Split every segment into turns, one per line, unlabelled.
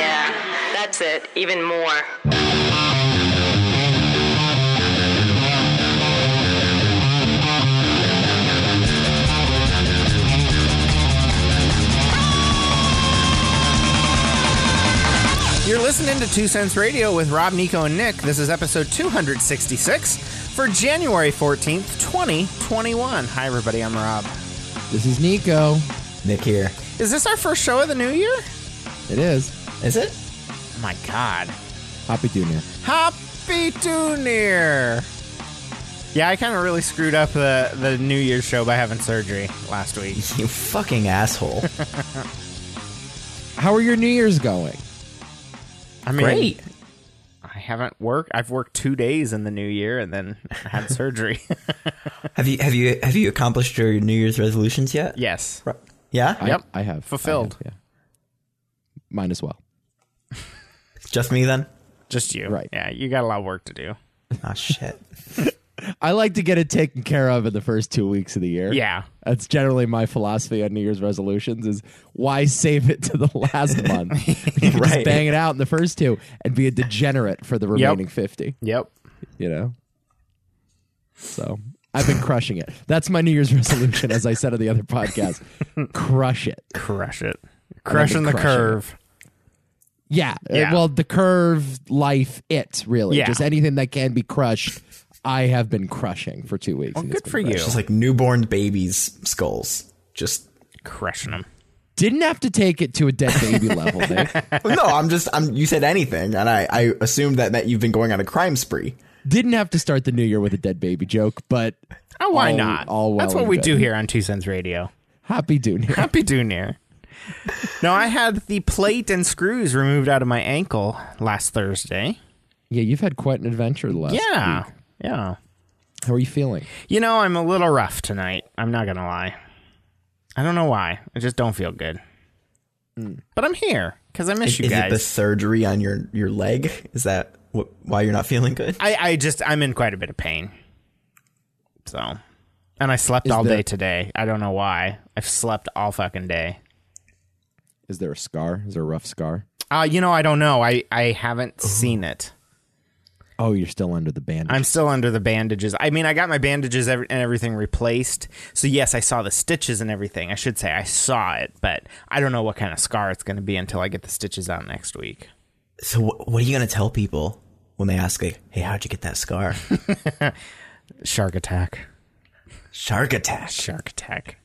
Yeah, that's it. Even more.
You're listening to Two Cents Radio with Rob, Nico, and Nick. This is episode 266 for January 14th, 2021. Hi, everybody. I'm Rob.
This is Nico.
Nick here.
Is this our first show of the new year?
It is.
Is it?
Oh my God.
Happy Junior.
Happy New Year! Yeah, I kind of really screwed up the, the New Year's show by having surgery last week.
You fucking asshole.
How are your New Year's going?
I mean,
Great.
I haven't worked. I've worked two days in the new year and then had surgery.
Have you have you have you accomplished your New Year's resolutions yet?
yes.
Ro- Yeah?
I-
Yep.
I, have
Fulfilled.
I have, yeah. Mine as well.
Just me then?
Just you.
Right.
Yeah, you got a lot of work to do.
Oh shit.
I like to get it taken care of in the first two weeks of the year.
Yeah.
That's generally my philosophy on New Year's resolutions is why save it to the last month? right. Just
Right.
bang it out in the first two and be a degenerate for the remaining 50,
Yep.
you know? So I've been crushing it. That's my New Year's resolution, as I said on the other podcast. Crush it.
Crush it. Crushing the
crushing it.
curve.
Yeah. uh,
Yeah.
Well, the curve, life, it really.
Yeah.
Just anything that can be crushed. I have been crushing for two weeks. and it's
Good
been
for
great.
you.
Just like newborn babies' skulls. Just
Crushing them.
Didn't have to take it to a dead baby level, Nick.
No, I'm just I'm you said anything and I, I assumed that meant you've been going on a crime spree.
Didn't have to start the new year with a dead baby joke, but
Oh, why
All-
not?
all well
That's what
and
we
good.
do here on Two Cents Radio.
happy doing it.
Happy do near. no, I had the plate and screws removed out of my ankle last Thursday.
Yeah, you've had quite an adventure the last.
Yeah. Yeah.
How are you feeling?
You know, I'm a little rough tonight. I'm not going to lie. I don't know why. I just don't feel good. But I'm here because I miss you
Is
guys.
it the surgery on your your leg? Is that wh- why you're not feeling good?
I, I just I'm in quite a bit of pain. So, and I slept all
there-
day today. I don't know why. I've slept all fucking day.
Is there a scar? Is there a rough scar?
Uh, you know, I don't know. I I haven't seen it.
Oh, you're still under the bandage.
I'm still under the bandages. I mean, I got my bandages ev- and everything replaced. So yes, I saw the stitches and everything. I should say I saw it, but I don't know what kind of scar it's going to be until I get the stitches out next week.
So wh- what are you going to tell people when they ask like, "Hey, how'd you get that scar?"
Shark attack.
Shark attack.
Shark attack.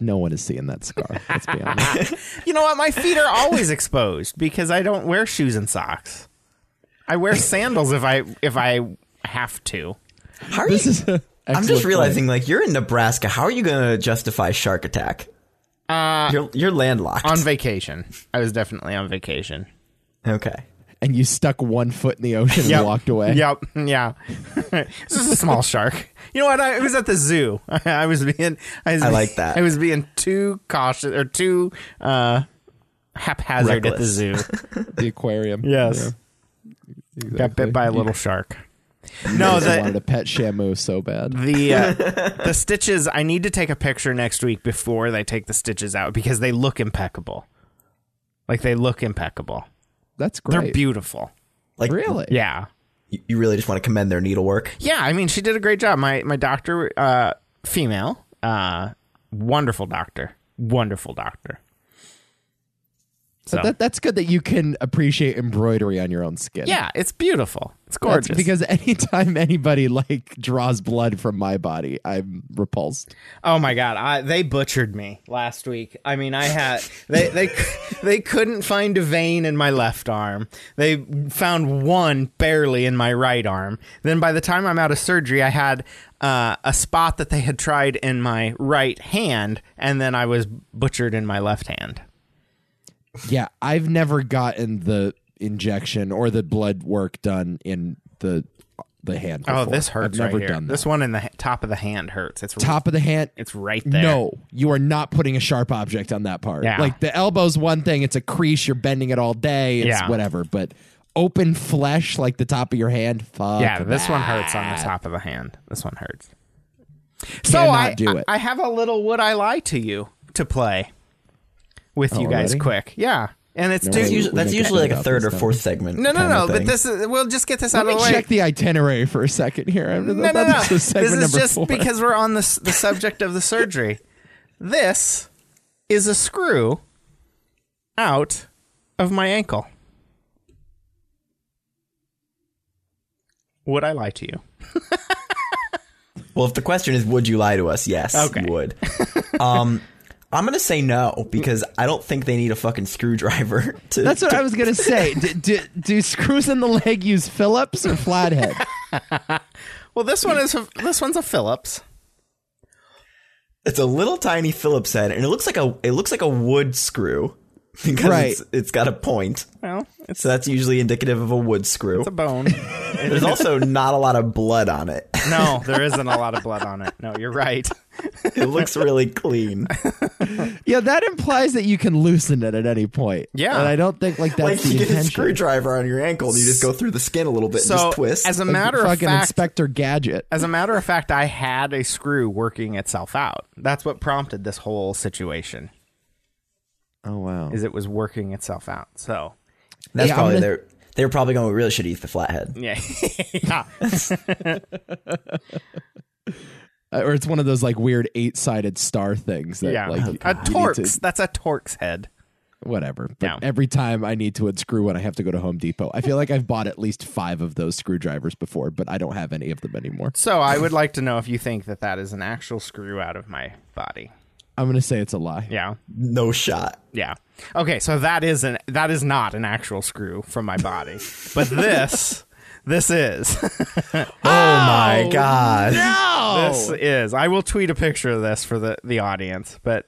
no one is seeing that scar. Let's be honest.
You know what? My feet are always exposed because I don't wear shoes and socks. I wear sandals if I if I have to.
How are
this
you-
is. a
I'm
excellent
just
point.
realizing, like, you're in Nebraska. How are you going to justify shark attack? Uh, you're, you're landlocked.
On vacation. I was definitely on vacation.
okay.
and you stuck one foot in the ocean
Yep.
and walked away.
Yep. Yeah. this is a small shark. You know what? I, it was at the zoo. I was being. I, was
I
being-
like that.
I was being too cautious or too uh, haphazard at the
Reckless.
zoo.
The aquarium. Yeah.
Got bit by a little shark. No,
I
the
wanted a pet Shamu so bad.
the uh, the stitches i need to take a picture next week before they take the stitches out because they look impeccable like they look impeccable
That's
they're
great.
beautiful
Like,
really?
yeah
You, you really just want to commend their needlework.
yeah i mean she did a great job my my doctor uh female uh wonderful doctor wonderful doctor so
That, that's good that you can appreciate embroidery on your own skin.
yeah it's beautiful it's
That's
gorgeous
because anytime anybody like draws blood from my body, I'm repulsed.
Oh my god, I, they butchered me last week. I mean, I had they they they couldn't find a vein in my left arm. They found one barely in my right arm. Then by the time I'm out of surgery, I had uh, a spot that they had tried in my right hand, and then I was butchered in my left hand.
Yeah, I've never gotten the injection or the blood work done in the the hand.
Oh,
before.
this hurts
I've never
right here.
done that.
This one in the h- top of the hand hurts. It's
top of the hand.
It's right there.
No, you are not putting a sharp object on that part.
Yeah.
Like the elbow's one thing, it's a crease, you're bending it all day, it's
Yeah.
whatever, but open flesh like the top of your hand, fuck.
Yeah, this one
that.
hurts on the top of the hand. This one hurts. So
Cannot
I
do it.
I, I have a little would I lie to you to play. with you guys
already?
quick. Yeah. And it's dude,
Wait,
There's
we-
usu-
we
that's
make a
usually like
thing
a
about
third or
this, don't
fourth segment.
No, no,
kind
no.
of
But
thing.
this is, we'll just get this
Let
out
me
of the way.
check the itinerary for a second here. I
no, no, no.
This is
This
segment
is
number
just
four.
because we're on this, the subject of the surgery. This is a screw out of my ankle. Would I lie to you?
Well, if the question is, would you lie to us? Yes,
Okay.
you would. um, I'm gonna say no because I don't think they need a fucking screwdriver to.
That's what
to-
I was gonna say. Do, do, do screws in the leg use Phillips or flathead?
Well, this one is a, this one's a Phillips.
It's a little tiny Phillips head, and it looks like a it looks like a wood screw because
Right.
it's, it's got a point.
Well, it's
So that's usually indicative of a wood screw.
a bone.
There's also not a lot of blood on it.
no, there isn't a lot of blood on it. No, you're right.
It looks really clean.
Yeah, that implies that you can loosen it at any point.
Yeah.
and I don't think like that's
like
the
you get a
intention.
screwdriver on your ankle, and you just go through the skin a little bit and
So,
just twist.
as a
Like
matter of
fucking
fact,
Inspector Gadget.
as a matter of fact, I had a screw working itself out. That's what prompted this whole situation.
Oh wow.
Is it was working itself out. So
That's
Yeah, I'm
probably
gonna-
their. They were probably going. We really should eat the flathead.
yeah, yeah.
Uh, or it's one of those like weird eight-sided star things that
yeah.
like
a
you need to-
Torx. That's a Torx head.
whatever. But
Yeah.
every time I need to unscrew one, I have to go to Home Depot. I feel like I've bought at least five of those screwdrivers before, but I don't have any of them anymore.
So I would like to know if you think that that is an actual screw out of my body.
I'm gonna say it's a lie.
Yeah.
No shot.
Yeah. Okay, so that is an that is not an actual screw from my body. but this this is.
Oh, my god.
This
Oh.
is. I will tweet a picture of this for the the audience, but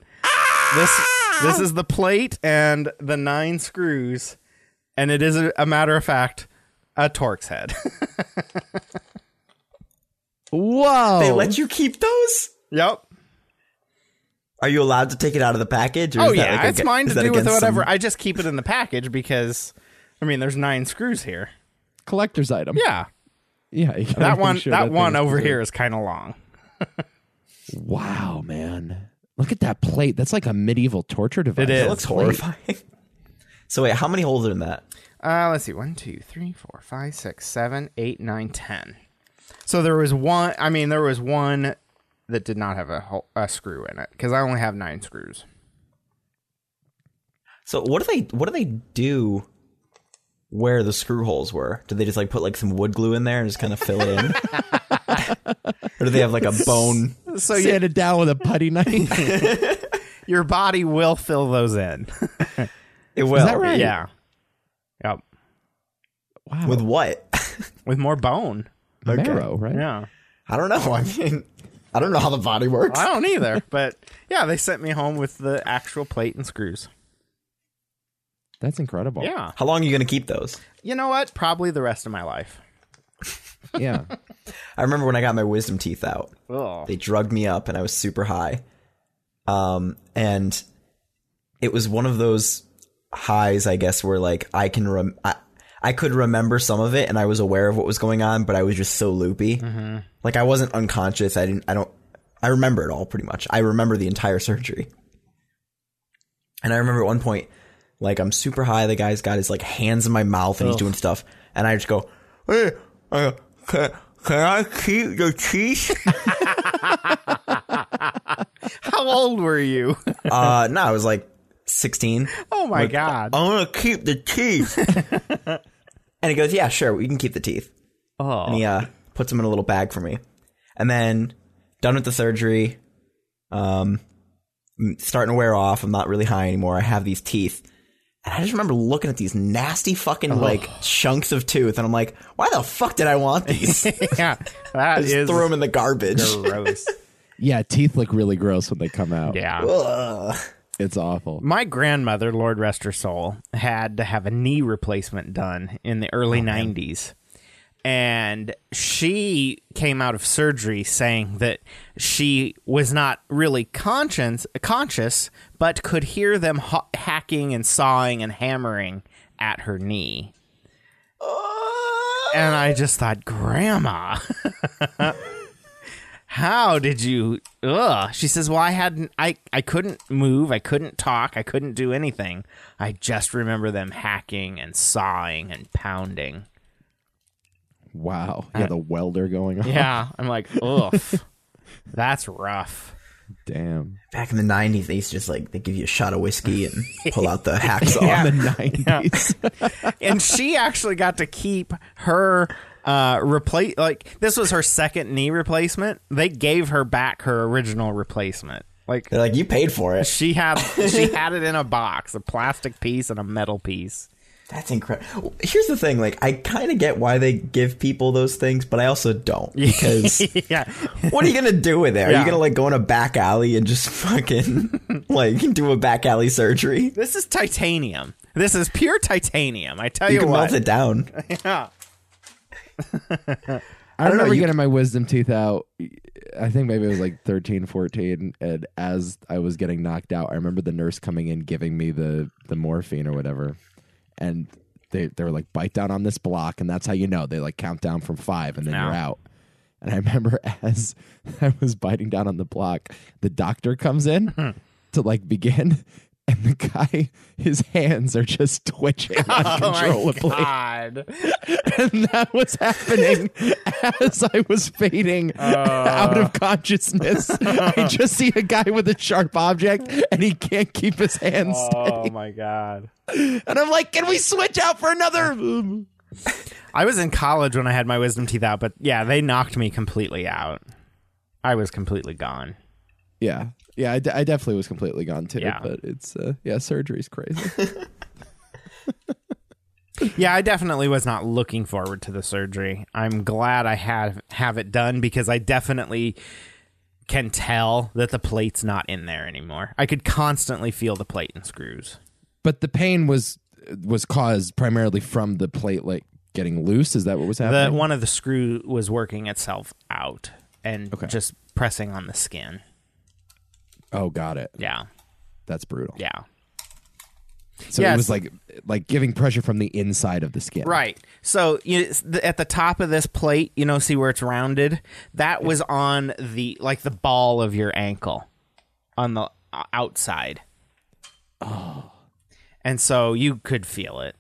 this this is the plate and the nine screws and it is a, a matter of fact a Torx head.
Whoa!
They let you keep those.
yep.
Are you allowed to take it out of the package? Or
Oh
is that
yeah,
like a-
it's mine
is
to
that
do with
against
whatever.
some-
I just keep it in the package because I mean, there's nine screws here.
collector's item.
Yeah.
yeah. you gotta
That
make
one
sure
that
thing
one
is
over
preserved.
here is kind of long.
Wow, man! Look at that plate. That's like a medieval torture device.
It is.
That looks horrifying. so wait, how many holes are in that?
Uh, let's see. One, two, three, four, five, six, seven, eight, nine, ten. So there was one. I mean, there was one that did not have a, hole, a screw in it because I only have nine screws.
So what do they what do they do where the screw holes were? Did they just like put like some wood glue in there and just kind of fill it in? or do they have like a bone?
So
Sand it down with a putty knife. Is
your body will fill those in.
It will.
that right?
yeah. Yep.
Wow.
With what?
With more bone.
marrow, right?
Yeah.
I don't know. I mean, I don't know how the body works.
I don't either. but yeah, they sent me home with the actual plate and screws.
That's incredible.
Yeah.
How long are you going to keep those?
You know what? Probably the rest of my life.
Yeah.
I remember when I got my wisdom teeth out.
Ugh.
They drugged me up and I was super high. Um, and it was one of those highs, I guess, where like I can rem- I, I could remember some of it and I was aware of what was going on, but I was just so loopy. Like I wasn't unconscious. I didn't, I don't, I remember it all pretty much. I remember the entire surgery. And I remember at one point, like I'm super high. The guy's got his like hands in my mouth and he's doing stuff, and I just go, hey, uh, can, can I keep the teeth?
How old were you?
Uh, no, I was like 16.
oh my god.
I want to keep the teeth. and he goes, Yeah, sure, we can keep the teeth.
Oh.
And he uh, puts them in a little bag for me. And then, done with the surgery, um, m- starting to wear off. I'm not really high anymore. I have these teeth. And I just remember looking at these nasty fucking like chunks of tooth, and I'm like, why the fuck did I want these? just
yeah. That is
throw them in the garbage.
gross.
Yeah. Teeth look really gross when they come out.
yeah.
Ugh.
It's awful.
My grandmother, Lord rest her soul, had to have a knee replacement done in the early 90s. And she came out of surgery saying that she was not really conscious, conscious but could hear them ha- hacking and sawing and hammering at her knee. And I just thought, Grandma, how did you ugh she says well i hadn't i i couldn't move i couldn't talk i couldn't do anything i just remember them hacking and sawing and pounding
Wow. Yeah, the welder going on.
yeah i'm like oof that's rough
Damn.
Back in the '90s, they used to just like they give you a shot of whiskey and pull out the hacksaw.
The 90s.
and she actually got to keep her uh replace like this was her second knee replacement they gave her back her original replacement like
They're like, you paid for it.
she had she had it in a box a plastic piece and a metal piece
That's incredible. Here's the thing: like, I kind of get why they give people those things, but I also don't because
yeah
what are you gonna do with it? Are
Yeah.
you gonna like go in a back alley and just fucking like do a back alley surgery?
This is titanium. This is pure titanium. I tell you,
You can
what.
melt it down.
Yeah.
I,
don't know,
remember
you-
getting my wisdom teeth out. I think maybe it was like 13, 14. And as I was getting knocked out, I remember the nurse coming in, giving me the, the morphine or whatever. And they, they were like, bite down on this block. And that's how you know. They like count down from five and then you're
Yeah.
out. And I remember as I was biting down on the block, the doctor comes in to like begin. And the guy, his hands are just twitching
Oh
uncontrollably
Oh God.
and that was happening as I was fading
Uh.
out of consciousness. I just see a guy with a sharp object, and he can't keep his hands.
Oh my god.
And I'm like, "Can we switch out for another?"
I was in college when I had my wisdom teeth out, but yeah, they knocked me completely out. I was completely gone.
Yeah, yeah. I, de- I definitely was completely gone too.
Yeah.
But it's uh, yeah, surgery's crazy.
Yeah, I definitely was not looking forward to the surgery. I'm glad I have have it done because I definitely can tell that the plate's not in there anymore. I could constantly feel the plate and screws.
but the pain was was caused primarily from the platelet getting loose. Is that what was
The
happening?
one of the screw was working itself out and
Okay.
just pressing on the skin.
oh, got it.
Yeah.
That's brutal.
Yeah.
So
Yeah,
it was
it's-
like like giving pressure from the inside of the skin.
Right. So you it's the- at the top of this plate, you know, see where it's rounded? That was on the like the ball of your ankle on the uh, outside. Oh.
Oh.
And so you could feel it.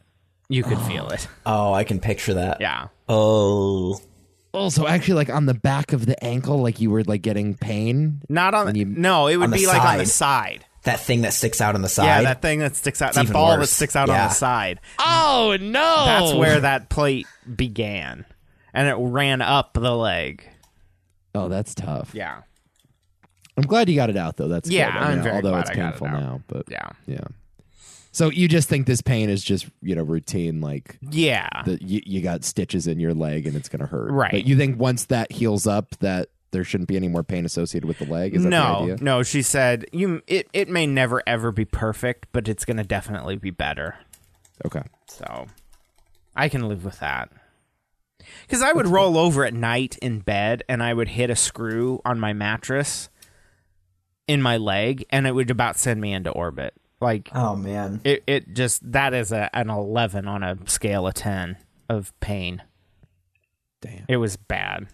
You could feel it.
Oh, I can picture that.
Yeah.
Oh,
Also, actually, like on the back of the ankle, like you were like getting pain.
Not on
you-
No, it would
the
be like on the
side.
side.
that thing that sticks out on the
Yeah,
side.
that thing that sticks out, that
even
ball that
worse.
sticks out on
Yeah.
the side.
Oh no!
That's where that plate began. And it ran up the leg.
Oh, that's tough.
Yeah.
I'm glad you got it out though. That's
Yeah,
good.
I'm very
although
glad
it's
I got it
painful
out.
now, but
Yeah.
yeah. So you just think this pain is just you know routine, like
Yeah.
that you, you got stitches in your leg and it's gonna hurt,
Right.
But you think once that heals up, that there shouldn't be any more pain associated with the leg. Is that
no,
the idea?
no, she said you it it may never ever be perfect, but it's going to definitely be better.
Okay.
So I can live with that. Cuz I would roll over at night in bed and I would hit a screw on my mattress in my leg and it would about send me into orbit. Like
oh man.
it it just that is a, an 11 on a scale of 10 of pain.
Damn.
It was bad.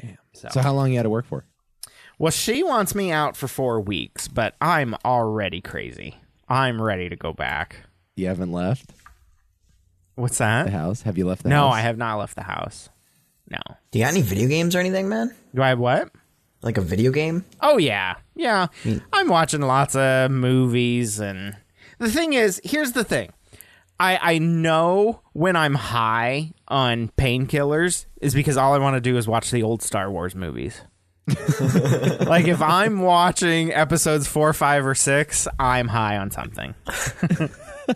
Damn.
So.
So how long you had to work for?
Well, she wants me out for four weeks, but I'm already crazy. I'm ready to go back.
You haven't left
What's
the
that?
house. Have you left the
No,
house?
I have not left the house. No.
Do you got any video games or anything, man?
Do I have what?
Like a video game?
Oh yeah, yeah. I'm watching lots of movies, and the thing is, here's the thing. I I know when I'm high on painkillers is because all I want to do is watch the old Star Wars movies. like if I'm watching episodes four, five, or six, I'm high on something.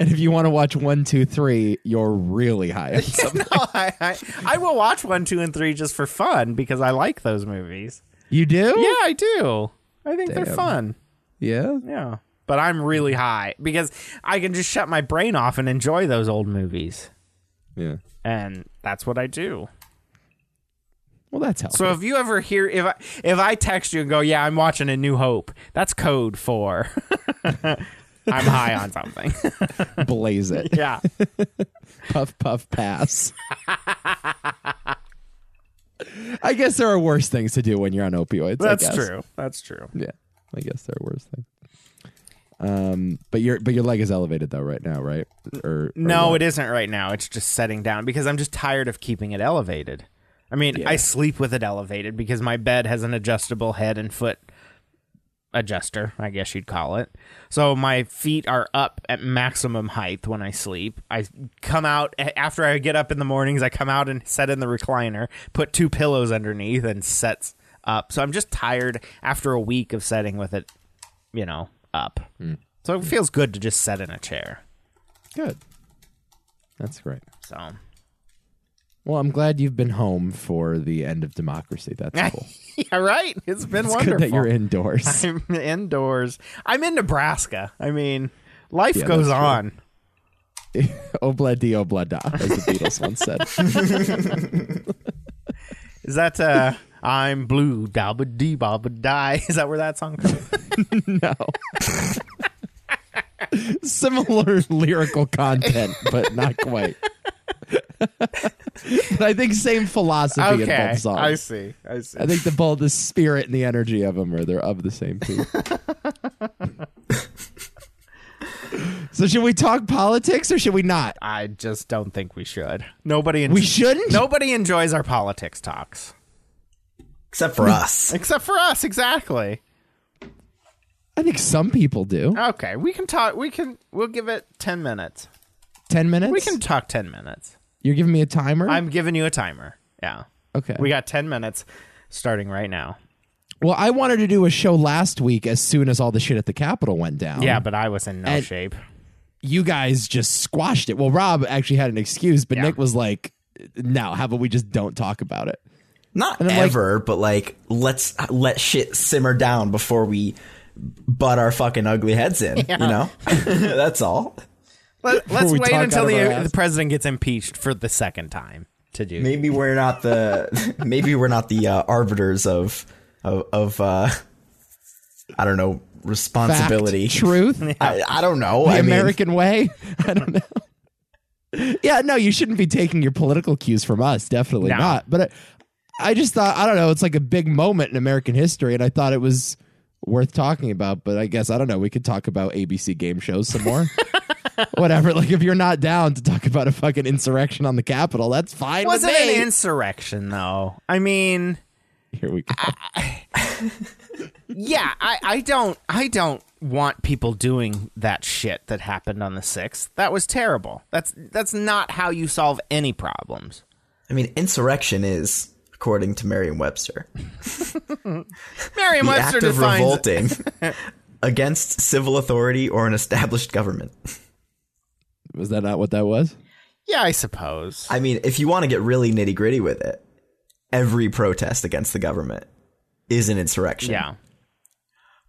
And if you want to watch one, two, three, you're really high. on something.
no, I, I I will watch one, two, and three just for fun because I like those movies.
you do?
Yeah, I do. I think
Damn.
they're fun.
Yeah.
Yeah. But I'm really high because I can just shut my brain off and enjoy those old movies.
Yeah.
And that's what I do.
Well, that's helpful.
So if you ever hear if I if I text you and go, "Yeah, I'm watching A New Hope." That's code for I'm high on something.
blaze it.
yeah.
puff, puff, pass. I guess there are worse things to do when you're on opioids. I
That's
guess.
true. That's true.
Yeah, I guess there are worse things. Um, but your but your leg is elevated though right now, right? Or, or
No,
what?
it isn't right now. It's just setting down because I'm just tired of keeping it elevated. I mean, I sleep with it elevated because my bed has an adjustable head and foot adjuster, I guess you'd call it. So my feet are up at maximum height when I sleep. I come out after I get up in the mornings, I come out and set in the recliner, put two pillows underneath and sets up. So I'm just tired after a week of setting with it, you know, up. So it feels good to just set in a chair.
good. That's great.
So
Well, I'm glad you've been home for the end of democracy. That's cool.
yeah, right. It's been
It's
wonderful.
good that you're indoors.
I'm indoors. I'm in Nebraska. I mean, life
Yeah,
goes
that's true.
on.
Obladi oblada, oh, as the Beatles once said.
Is that uh I'm blue, dabba dee baba die? Is that where that song comes? from?
No. Similar lyrical content, but not quite. but I think same philosophy in
okay.
both songs.
I see. I see.
I think the both the spirit and the energy of them are they're of the same too. so should we talk politics or should we not?
I just don't think we should. Nobody en-
We shouldn't.
nobody enjoys our politics talks.
Except for us.
Except for us, exactly.
I think some people do.
Okay, we can talk we can we'll give it 10 minutes.
Ten minutes.
We can talk 10 minutes.
You're giving me a timer.
I'm giving you a timer. Yeah.
okay.
We got 10 minutes starting right now.
well, I wanted to do a show last week as soon as all the shit at the Capitol went down.
Yeah, but I was in no
and-
shape.
you guys just squashed it. Well, Rob actually had an excuse, but
Yeah.
Nick was like, "No, how about we just don't talk about it?"
Not
I'm like-
ever, but like let's let shit simmer down before we butt our fucking ugly heads in. You know, that's all.
Let, let's
we
wait
talk
until
out of our
the,
ass.
the president gets impeached for the second time to do.
Maybe we're not the maybe we're not the uh, arbiters of of, of uh, I don't know
Fact,
responsibility.
truth, the
I, I don't know. I mean,
American way. I don't know. yeah, no, you shouldn't be taking your political cues from us. Definitely
No.
not. But uh, I, I just thought, I don't know, it's like a big moment in American history, and I thought it was worth talking about. But I guess I don't know. We could talk about ABC game shows some more. Whatever. Like, if you're not down to talk about a fucking insurrection on the Capitol, that's fine.
It
with
wasn't
me.
an insurrection, though. I mean,
Here we go.
yeah, I, I don't, I don't want people doing that shit that happened on the sixth. That was terrible. That's that's not how you solve any problems.
I mean, insurrection is according to Merriam-Webster the
Merriam-Webster
act of
defines
revolting against civil authority or an established government.
Was that not what that was?
Yeah, I suppose.
I mean, if you want to get really nitty gritty with it, every protest against the government is an insurrection.
yeah.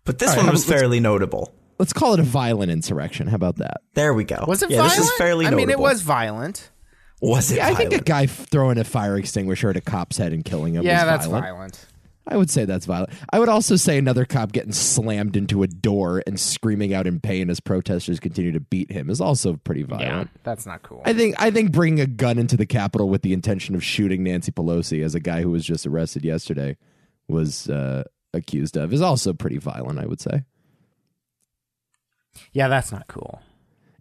But this
All right,
one
how
was
about- let's-
fairly notable.
Let's call it a violent insurrection. How about that?
There we go.
Was it
yeah,
violent?
this is fairly
I
notable.
mean, it was violent.
Was it
Yeah, I think a
violent?
guy f- throwing a fire extinguisher at a cop's head and killing him.
Yeah,
was
that's
violent.
violent.
I would say that's violent. I would also say another cop getting slammed into a door and screaming out in pain as protesters continue to beat him is also pretty
Yeah,
violent.
that's not cool.
I think I think bringing a gun into the Capitol with the intention of shooting Nancy Pelosi, as a guy who was just arrested yesterday was uh, accused of, is also pretty violent. I would say.
yeah, that's not cool.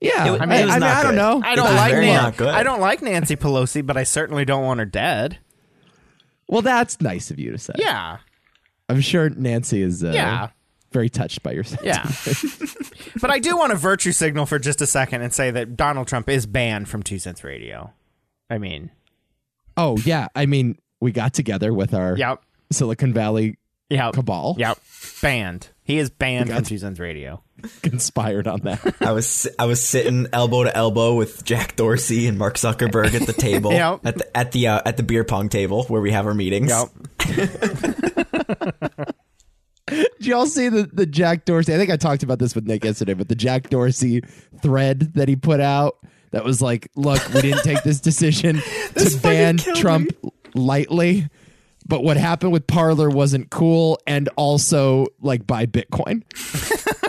Yeah,
It-
I
it
mean, I,
was
mean,
not
I don't
good.
know.
I
It
don't
was
like
very not
Nancy.
good.
I don't like Nancy Pelosi, but I certainly don't want her dead.
Well, that's nice of you to say.
Yeah,
I'm sure Nancy is uh,
Yeah.
very touched by your sentiment.
yeah. but I do want to virtue signal for just a second and say that Donald Trump is banned from Two Cents Radio. I mean,
Oh yeah, I mean, we got together with our
yep,
Silicon Valley
yep,
cabal,
yep, banned. He is banned from
got-
Two Cents Radio.
conspired on that.
I was si- I was sitting elbow to elbow with Jack Dorsey and Mark Zuckerberg at the table
Yep.
at the at the uh, at the beer pong table where we have our meetings.
Yep.
Did y'all see the, the Jack Dorsey? I think I talked about this with Nick yesterday, but the Jack Dorsey thread that he put out that was like, look, we didn't take this decision to ban Trump lightly, but what happened with Parler wasn't cool, and also like buy Bitcoin.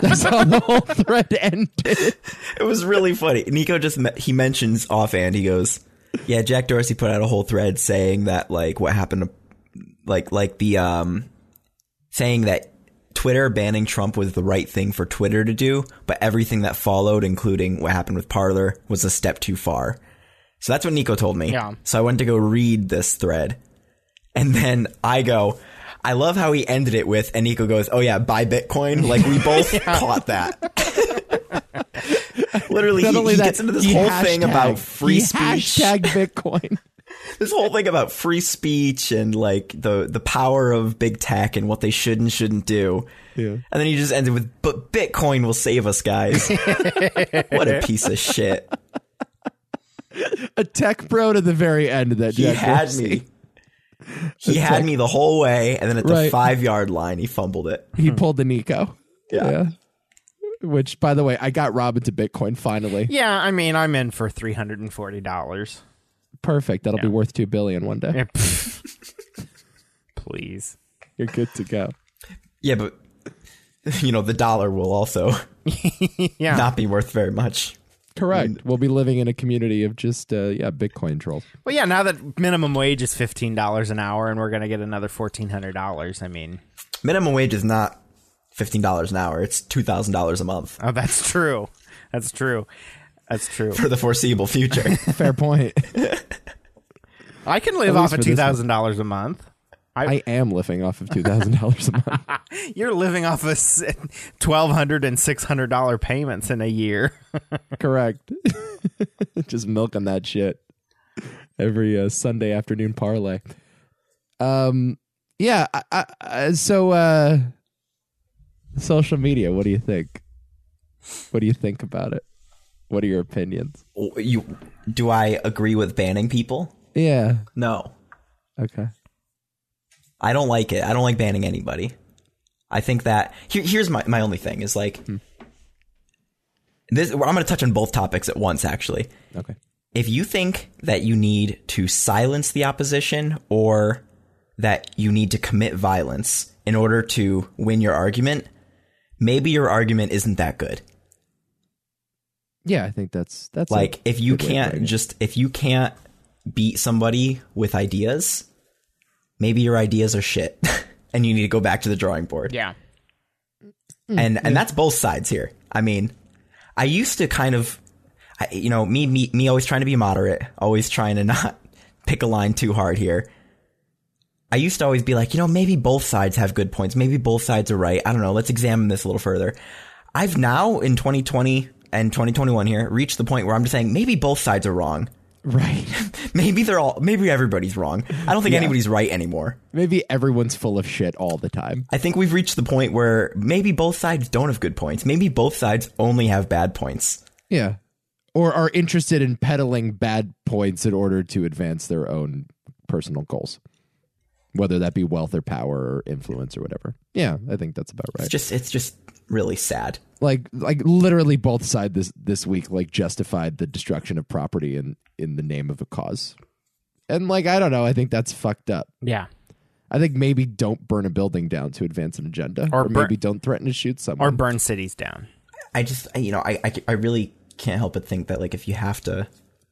That's how the whole thread ended.
It was really funny. Nico just me- he mentions offhand. He goes, "Yeah, Jack Dorsey put out a whole thread saying that like what happened to like like the um saying that Twitter banning Trump was the right thing for Twitter to do, but everything that followed, including what happened with Parler, was a step too far. So that's what Nico told me.
Yeah.
So I went to go read this thread. And then I go, I love how he ended it with, and Nico goes, Oh, yeah, buy Bitcoin. Like, we both caught that. Literally, he, he gets into this
he
whole thing
hashtag-
about free
he
speech
Hashtag Bitcoin.
this whole thing about free speech and like the the power of big tech and what they should and shouldn't do. And then he just ends it with, "But Bitcoin will save us, guys." what a piece of shit!
a tech bro to the very end of that.
He
Jack
had
Dorsey.
me. He had me the whole way, and then at the
Right.
five yard line, he fumbled it.
He pulled the Nico.
Yeah.
Which, by the way, I got Rob into Bitcoin finally.
Yeah, I mean, I'm in for three hundred and forty dollars.
Perfect. That'll be worth two billion one day.
Please.
You're good to go.
Yeah, but you know the dollar will also
Yeah.
not be worth very much.
Correct. We'll be living in a community of just uh, yeah, Bitcoin trolls.
Well, yeah. Now that minimum wage is fifteen dollars an hour, and we're gonna get another fourteen hundred dollars. I mean,
Minimum wage is not fifteen dollars an hour; it's two thousand dollars a month
oh, that's true. That's true. That's true.
for the foreseeable future.
Fair point.
I can live
At
off
least
of
for
two
this one.
thousand dollars a month.
I am living off of two thousand dollars a month.
You're living off of twelve hundred and six hundred dollar payments in a year.
Correct. Just milking that shit every uh, Sunday afternoon parlay. Um, yeah. I, I, I, so, uh, social media. What do you think? What do you think about it? What are your opinions?
you do I agree with banning people?
Yeah.
No.
Okay.
I don't like it. I don't like banning anybody. I think that here, here's my, my only thing is like this I'm going to touch on both topics at once actually.
Okay.
If you think that you need to silence the opposition or that you need to commit violence in order to win your argument, maybe your argument isn't that good.
Yeah, I think that's that's a
like if you
good way of putting
can't
it.
just if you can't beat somebody with ideas maybe your ideas are shit and you need to go back to the drawing board
Yeah.
Mm.
and and that's both sides here i mean i used to kind of I, you know me, me me always trying to be moderate always trying to not pick a line too hard here i used to always be like you know maybe both sides have good points maybe both sides are right i don't know let's examine this a little further i've now in 2020 and 2021 here reached the point where i'm just saying maybe both sides are wrong
right.
maybe they're all maybe everybody's wrong i don't think anybody's right anymore
Maybe everyone's full of shit all the time.
I think we've reached the point where maybe both sides don't have good points. Maybe both sides only have bad points.
Yeah. Or are interested in peddling bad points in order to advance their own personal goals, whether that be wealth or power or influence or whatever. Yeah, I think that's about right.
It's just it's just really sad.
like, like literally, both sides this this week like justified the destruction of property in in the name of a cause, and like I don't know, I think that's fucked up.
Yeah.
I think maybe don't burn a building down to advance an agenda,
Or
or,
bur-
maybe don't threaten to shoot someone.
Or burn cities down.
I just I- you know I, I I really can't help but think that like if you have to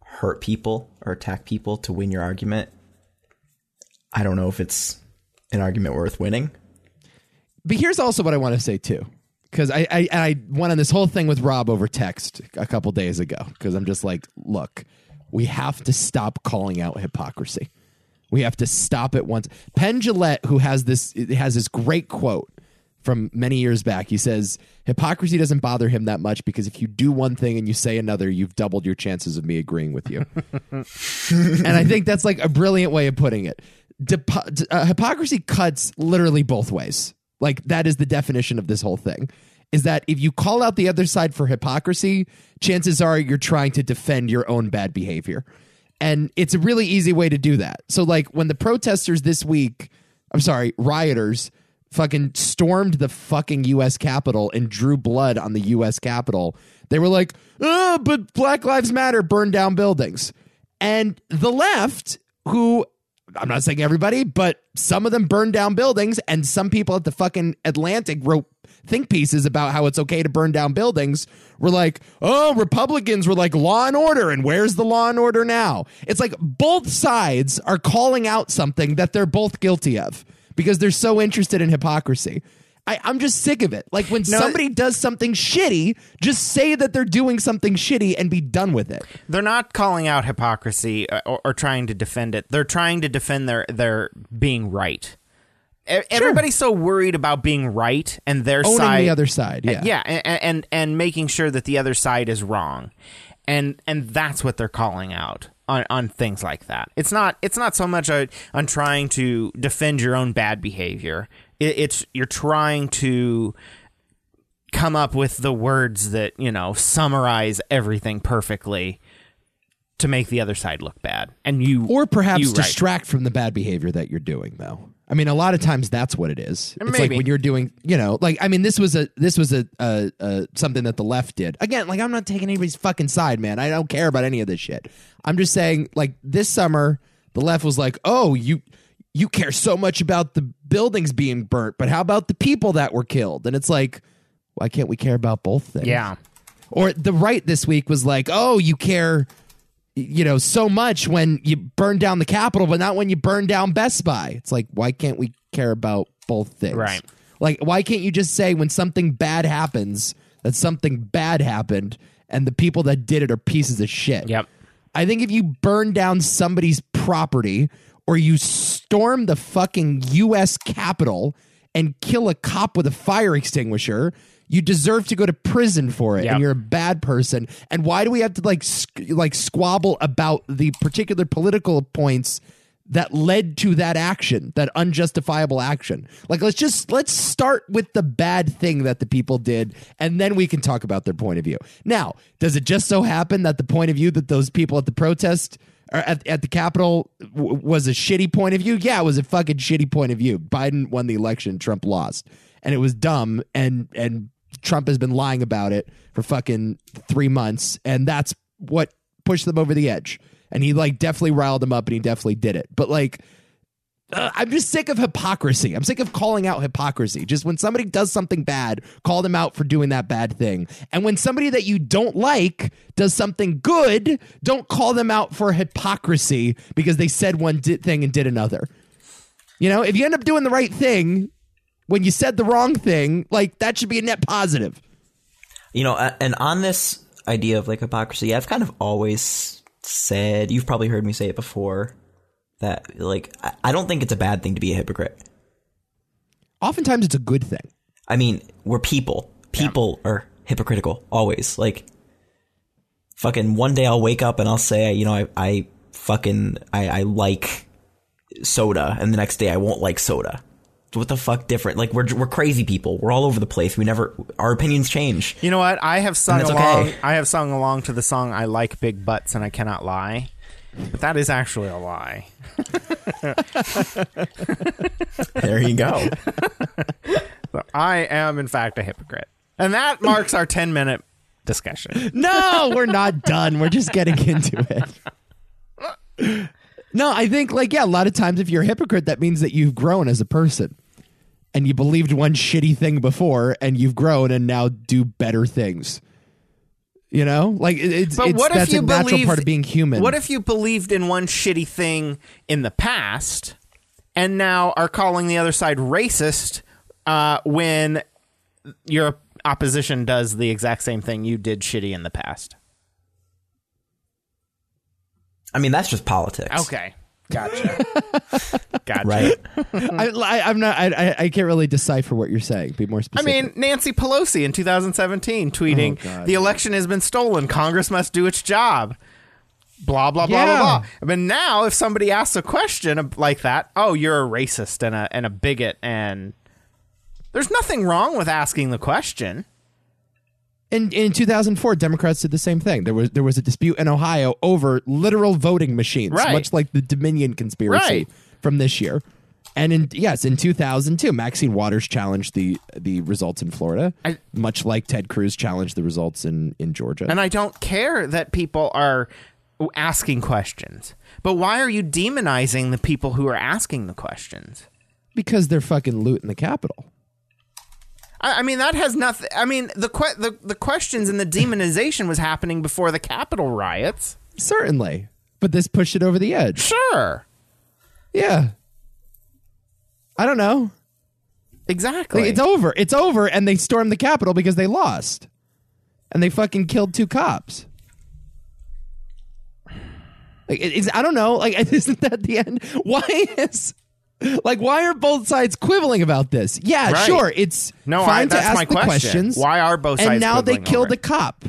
hurt people or attack people to win your argument, I don't know if it's an argument worth winning.
But here's also what I want to say too, because I, I and I went on this whole thing with Rob over text a couple days ago because I'm just like, look, we have to stop calling out hypocrisy. We have to stop it once. Penn Jillette, who has this has this great quote from many years back, he says, "Hypocrisy doesn't bother him that much because if you do one thing and you say another, you've doubled your chances of me agreeing with you." and I think that's like a brilliant way of putting it. Depo- d- uh, hypocrisy cuts literally both ways. Like that is the definition of this whole thing. Is that if you call out the other side for hypocrisy, chances are you're trying to defend your own bad behavior. And it's a really easy way to do that. So like when the protesters this week, I'm sorry, rioters fucking stormed the fucking US Capitol and drew blood on the US Capitol. They were like, "Ah, but Black Lives Matter burned down buildings." And the left, who I'm not saying everybody, but some of them burned down buildings, and some people at the fucking Atlantic wrote think pieces about how it's okay to burn down buildings were like, oh, Republicans were like law and order, and where's the law and order now? It's like both sides are calling out something that they're both guilty of because they're so interested in hypocrisy. I, I'm just sick of it. Like when somebody does something shitty, just say that they're doing something shitty and be done with it.
They're not calling out hypocrisy uh, or, or trying to defend it. They're trying to defend their their being right. E- Everybody's so worried about being right and their
Owning
side,
the other side. Yeah.
yeah, and, and and making sure that the other side is wrong, and and that's what they're calling out on on things like that. It's not it's not so much a, on trying to defend your own bad behavior. It, it's you're trying to come up with the words that you know summarize everything perfectly to make the other side look bad, and you
or perhaps
you right.
distract from the bad behavior that you're doing though i mean a lot of times that's what it is it's like
Maybe.
when you're doing you know like i mean this was a this was a, a, a something that the left did again like i'm not taking anybody's fucking side man i don't care about any of this shit i'm just saying like this summer the left was like oh you you care so much about the buildings being burnt but how about the people that were killed and it's like why can't we care about both things
yeah.
or the right this week was like, oh, you care, you know, so much when you burn down the Capitol, but not when you burn down Best Buy. It's like, why can't we care about both things?
Right.
Like, why can't you just say when something bad happens that something bad happened and the people that did it are pieces of shit?
Yep.
I think if you burn down somebody's property or you storm the fucking US Capitol and kill a cop with a fire extinguisher, you deserve to go to prison for it
Yep.
and you're a bad person. And why do we have to like sq- like squabble about the particular political points that led to that action, that unjustifiable action? Like let's just let's start with the bad thing that the people did and then we can talk about their point of view. Now, does it just so happen that the point of view that those people at the protest or at, at the Capitol w- was a shitty point of view. Yeah, it was a fucking shitty point of view. Biden won the election, Trump lost, and it was dumb. And and Trump has been lying about it for fucking three months, and that's what pushed them over the edge. And he like definitely riled them up, and he definitely did it. But like. uh, I'm just sick of hypocrisy. I'm sick of calling out hypocrisy. Just when somebody does something bad, call them out for doing that bad thing. And when somebody that you don't like does something good, don't call them out for hypocrisy because they said one di- thing and did another. You know, if you end up doing the right thing when you said the wrong thing, like that should be a net positive.
you know a- and on this idea of like hypocrisy i've kind of always said you've probably heard me say it before that like I- i don't think it's a bad thing to be a hypocrite
Oftentimes it's a good thing.
i mean we're people people are hypocritical always like fucking one day i'll wake up and i'll say you know i, I fucking I, I like soda and the next day i won't like soda what the fuck different like we're we're crazy people we're all over the place we never our opinions change
You know what? I have sung
that's
along.
okay.
I have sung along to the song "I Like Big Butts and I Cannot Lie," but that is actually a lie.
there you go
I am, in fact, a hypocrite, and that marks our ten-minute discussion.
No, we're not done. We're just getting into it. No, I think like yeah, a lot of times if you're a hypocrite, that means that you've grown as a person. And you believed one shitty thing before and you've grown and now do better things. You know? Like it- it's,
But
it's
what
that's
if you
a natural
believed,
part of being human.
What if you believed in one shitty thing in the past, and now are calling the other side racist uh, when your opposition does the exact same thing you did shitty in the past?
I mean, that's just politics.
Okay, gotcha. gotcha.
Right.
I, I, I'm not. I, I, I can't really decipher what you're saying. Be more
I
specific.
mean, Nancy Pelosi in 2017 tweeting,
Oh, God.
"The election has been stolen. Congress must do its job." Blah blah blah
Yeah.
blah blah. But now, if somebody asks a question ab- like that, oh, you're a racist and a and a bigot, and there's nothing wrong with asking the question.
In in 2004, Democrats did the same thing. There was there was a dispute in Ohio over literal voting machines,
Right.
much like the Dominion conspiracy
Right.
from this year. And in yes, in 2002, Maxine Waters challenged the the results in Florida,
I-
much like Ted Cruz challenged the results in in Georgia.
And I don't care that people are w- asking questions, but why are you demonizing the people who are asking the questions?
because they're fucking looting the Capitol.
I, I mean, that has nothing. I mean, the, que- the the questions and the demonization was happening before the Capitol riots.
Certainly. But this pushed it over the edge.
Sure,
Yeah. I don't know.
exactly.
Like, it's over. It's over. And they stormed the Capitol because they lost. And they fucking killed two cops. Like, it- it's, I don't know. Like, isn't that the end? Why is. Like, why are both sides quibbling about this? Yeah,
Right.
sure. It's
No, I-
fine to
that's
ask
my
the
question.
questions.
Why are both
And
sides
now they
quibbling
killed
over
the
it?
cop.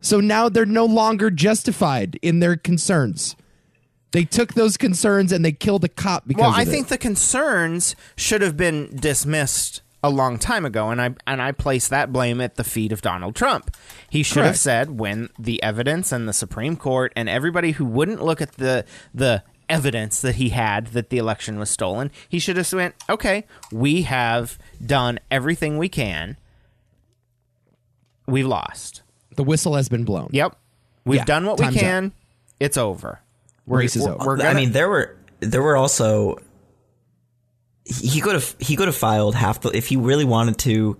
So now they're no longer justified in their concerns. They took those concerns and they killed a cop because
well,
of
I
it.
think the concerns should have been dismissed a long time ago, and I and I place that blame at the feet of Donald Trump. He should have
Correct.
said when the evidence and the Supreme Court and everybody who wouldn't look at the the evidence that he had that the election was stolen, he should have went, okay, we have done everything we can. We've lost.
the whistle has been blown.
Yep, we've
Yeah,
done what we
time's up.
can. It's over.
We're, Race is
we're-
over.
we're
I
gonna-
mean, there were there were also he could have he could have filed half the if he really wanted to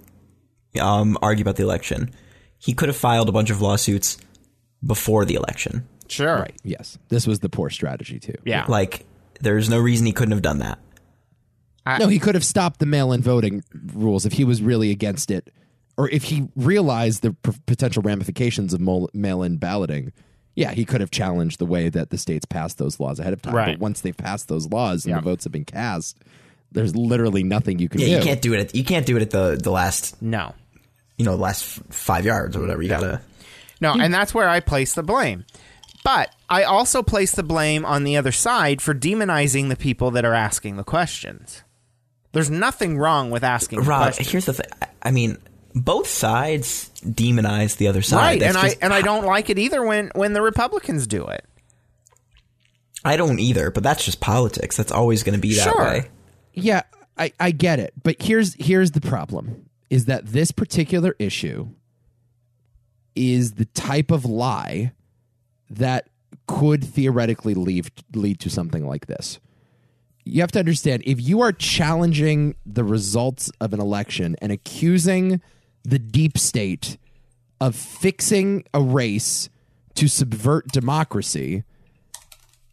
um, argue about the election. He could have filed a bunch of lawsuits before the election.
Sure.
Right. Yes. This was the poor strategy too.
Yeah.
Like, there's no reason he couldn't have done that.
No, he could have stopped the mail-in voting rules if he was really against it, or if he realized the p- potential ramifications of mol- mail-in balloting. Yeah, he could have challenged the way that the states passed those laws ahead of time.
Right.
But once they've passed those laws and
Yeah.
the votes have been cast, there's literally nothing you can
Yeah,
do.
you can't do it. At, you can't do it at the the last
no.
you know last f- five yards or whatever. You gotta.
No, and that's where I place the blame. But I also place the blame on the other side for demonizing the people that are asking the questions. There's nothing wrong with asking the
Rob,
questions.
here's the thing. I- I mean, both sides demonize the other side.
Right,
That's
and I
just-
and I don't like it either when when the Republicans do it.
I don't either. But that's just politics. That's always going to be that
Sure.
way.
Yeah, I, I get it. But here's here's the problem is that this particular issue is the type of lie that could theoretically leave, lead to something like this. You have to understand if you are challenging the results of an election and accusing the deep state of fixing a race to subvert democracy,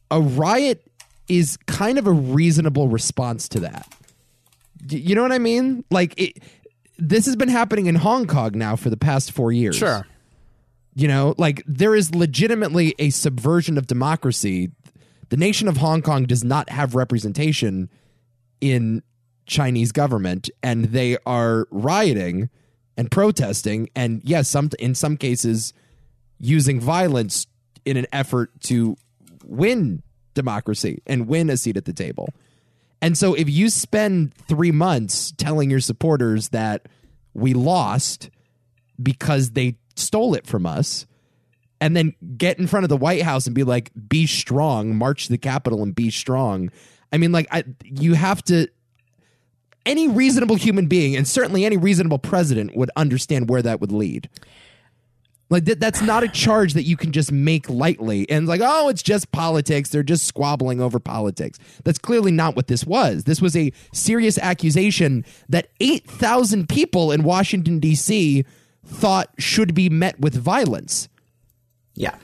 a riot is kind of a reasonable response to that. Y- You know what I mean? Like it, this has been happening in Hong Kong now for the past 4 years. You know, like there is legitimately a subversion of democracy. The nation of Hong Kong does not have representation in Chinese government and they are rioting and protesting and yes, some in some cases using violence in an effort to win democracy and win a seat at the table. And so if you spend 3 months telling your supporters that we lost because they stole it from us and then get in front of the White House and be like, be strong, march to the Capitol and be strong. I mean, like, I, you have to. Any reasonable human being, and certainly any reasonable president, would understand where that would lead. Like that, that's not a charge that you can just make lightly and like, oh, it's just politics. They're just squabbling over politics. That's clearly not what this was. This was a serious accusation that 8,000 people in Washington, D.C. thought should be met with violence.
Yeah.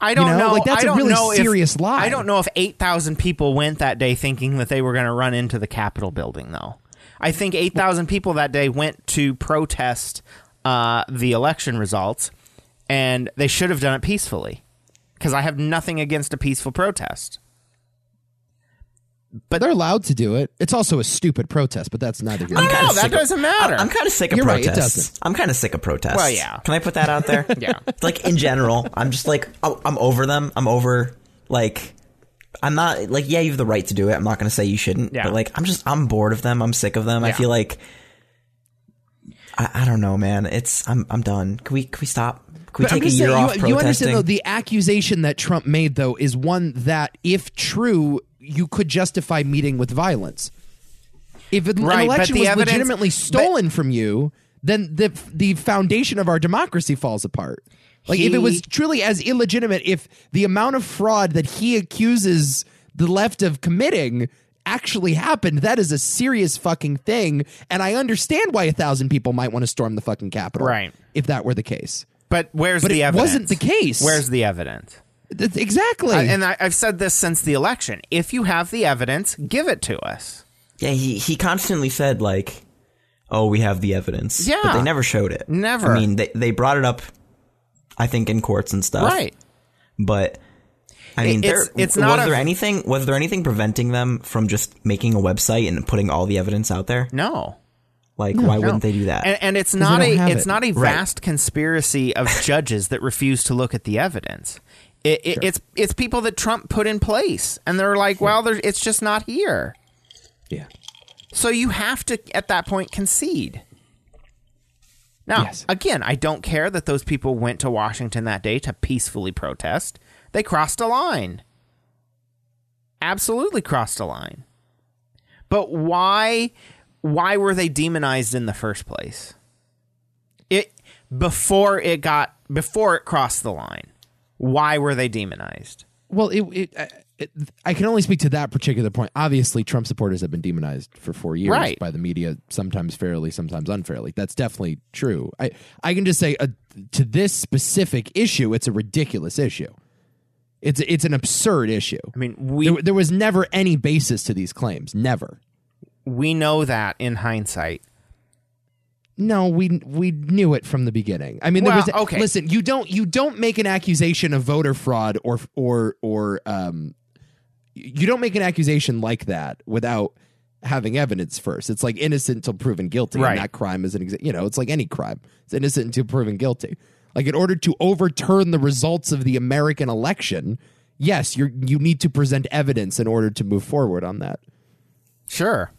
I don't
know,
know.
like, that's
I
a
don't
really
know if-
serious lie.
I don't know if eight thousand people went that day thinking that they were going to run into the Capitol building, though. I think eight thousand people that day went to protest uh, the election results, and they should have done it peacefully. Because I have nothing against a peaceful protest.
But they're allowed to do it. It's also a stupid protest, but that's neither here.
No,
nor there.
kinda
that
sick of-
doesn't matter.
I'm kind of sick of
You're right, it
protests.
doesn't.
I'm kind of sick of protests.
Well, yeah.
Can I put that out there?
Yeah.
Like in general, I'm just like I- I'm over them. I'm over like I'm not like yeah, you have the right to do it. I'm not going to say you shouldn't.
Yeah.
But like I'm just I'm bored of them. I'm sick of them. I
Yeah.
feel like I, I don't know, man. It's I'm I'm done. Can we can we stop? Can we
But I'm
take a
just
year
saying,
off
you,
protesting?
you understand though the accusation that Trump made though is one that, if true, you could justify meeting with violence. If an, an
Right, but
election
the
was
evidence-
legitimately stolen from you, then the the foundation of our democracy falls apart. Like if it was
He-
truly as illegitimate, if the amount of fraud that he accuses the left of committing actually happened. That is a serious fucking thing. And I understand why a thousand people might want to storm the fucking Capitol.
Right.
If that were the case.
But where's
But
the
it
evidence?
wasn't the case.
Where's the evidence?
Th- Exactly.
I- and I, I've said this since the election. If you have the evidence, give it to us.
Yeah, he he constantly said like, "Oh, we have the evidence."
Yeah.
but they never showed it.
Never.
I mean, they they brought it up, I think, in courts and stuff. but I mean,
It-
there,
it's- it's
was
not
there
a-
anything was there anything preventing them from just making a website and putting all the evidence out there?
No.
Like, why wouldn't they do that?
And, and it's not
don't
a
have
it's
it.
not a vast conspiracy of judges that refuse to look at the evidence. It, it, It's it's people that Trump put in place, and they're like, well, there, it's just not here.
Yeah.
So you have to, at that point, concede. Now,
Yes.
again, I don't care that those people went to Washington that day to peacefully protest. They crossed a line. Absolutely crossed a line. But why why were they demonized in the first place? It before it got before it crossed the line. Why were they demonized?
Well, it, it, I- it, I can only speak to that particular point. Obviously, Trump supporters have been demonized for four years
Right.
by the media, sometimes fairly, sometimes unfairly. That's definitely true. I, I can just say uh, to this specific issue, it's a ridiculous issue. It's it's an absurd issue.
I mean, we
There, there was never any basis to these claims. Never.
we know that in hindsight.
No, we we knew it from the beginning. I mean,
Well,
there was
okay.
Listen, you don't you don't make an accusation of voter fraud or or or um, you don't make an accusation like that without having evidence first. It's like innocent until proven guilty.
Right.
And that crime is an exa- you know it's like any crime. It's innocent until proven guilty. Like in order to overturn the results of the American election, yes, you you need to present evidence in order to move forward on that.
Sure.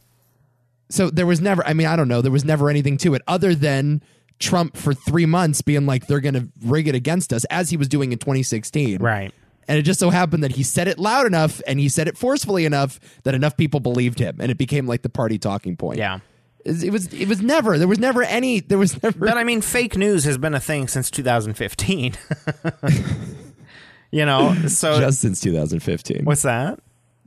So there was never, I mean, I don't know, there was never anything to it other than Trump for three months being like, they're going to rig it against us as he was doing in 2016.
Right.
And it just so happened that he said it loud enough and he said it forcefully enough that enough people believed him and it became like the party talking point.
Yeah.
It it was, it was never, there was never any, there was never.
But I mean, fake news has been a thing since 2015. you know, so
Just since 2015.
what's that?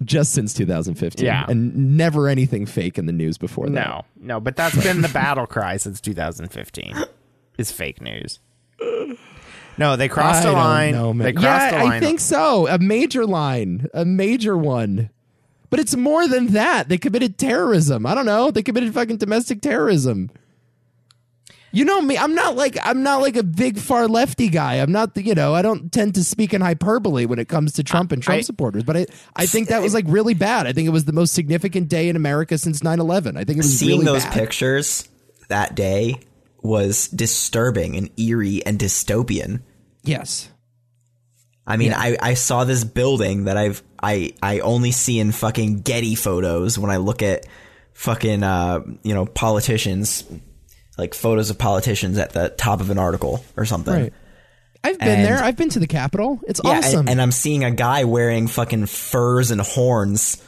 Just since 2015.
Yeah.
and never anything fake in the news before that.
No, no, but that's been the battle cry since 2015. Is fake news. No, they crossed a
I don't
line.
know, man.
They crossed
yeah,
a line.
I think so. A major line, a major one. But it's more than that. They committed terrorism. I don't know. They committed fucking domestic terrorism. You know me. I'm not like I'm not like a big far lefty guy. I'm not. the- You know, I don't tend to speak in hyperbole when it comes to Trump and Trump
I-
supporters. But I, I think that was like really bad. I think it was the most significant day in America since 9/11. I think it was
Seeing
really
those
bad.
pictures that day was disturbing and eerie and dystopian.
Yes.
I mean, I, I saw this building that I've I I only see in fucking Getty photos when I look at fucking uh you know politicians like photos of politicians at the top of an article or something.
Right. I've been
And-
there. I've been to the Capitol. It's
Yeah, and-
awesome.
and, I'm seeing a guy wearing fucking furs and horns,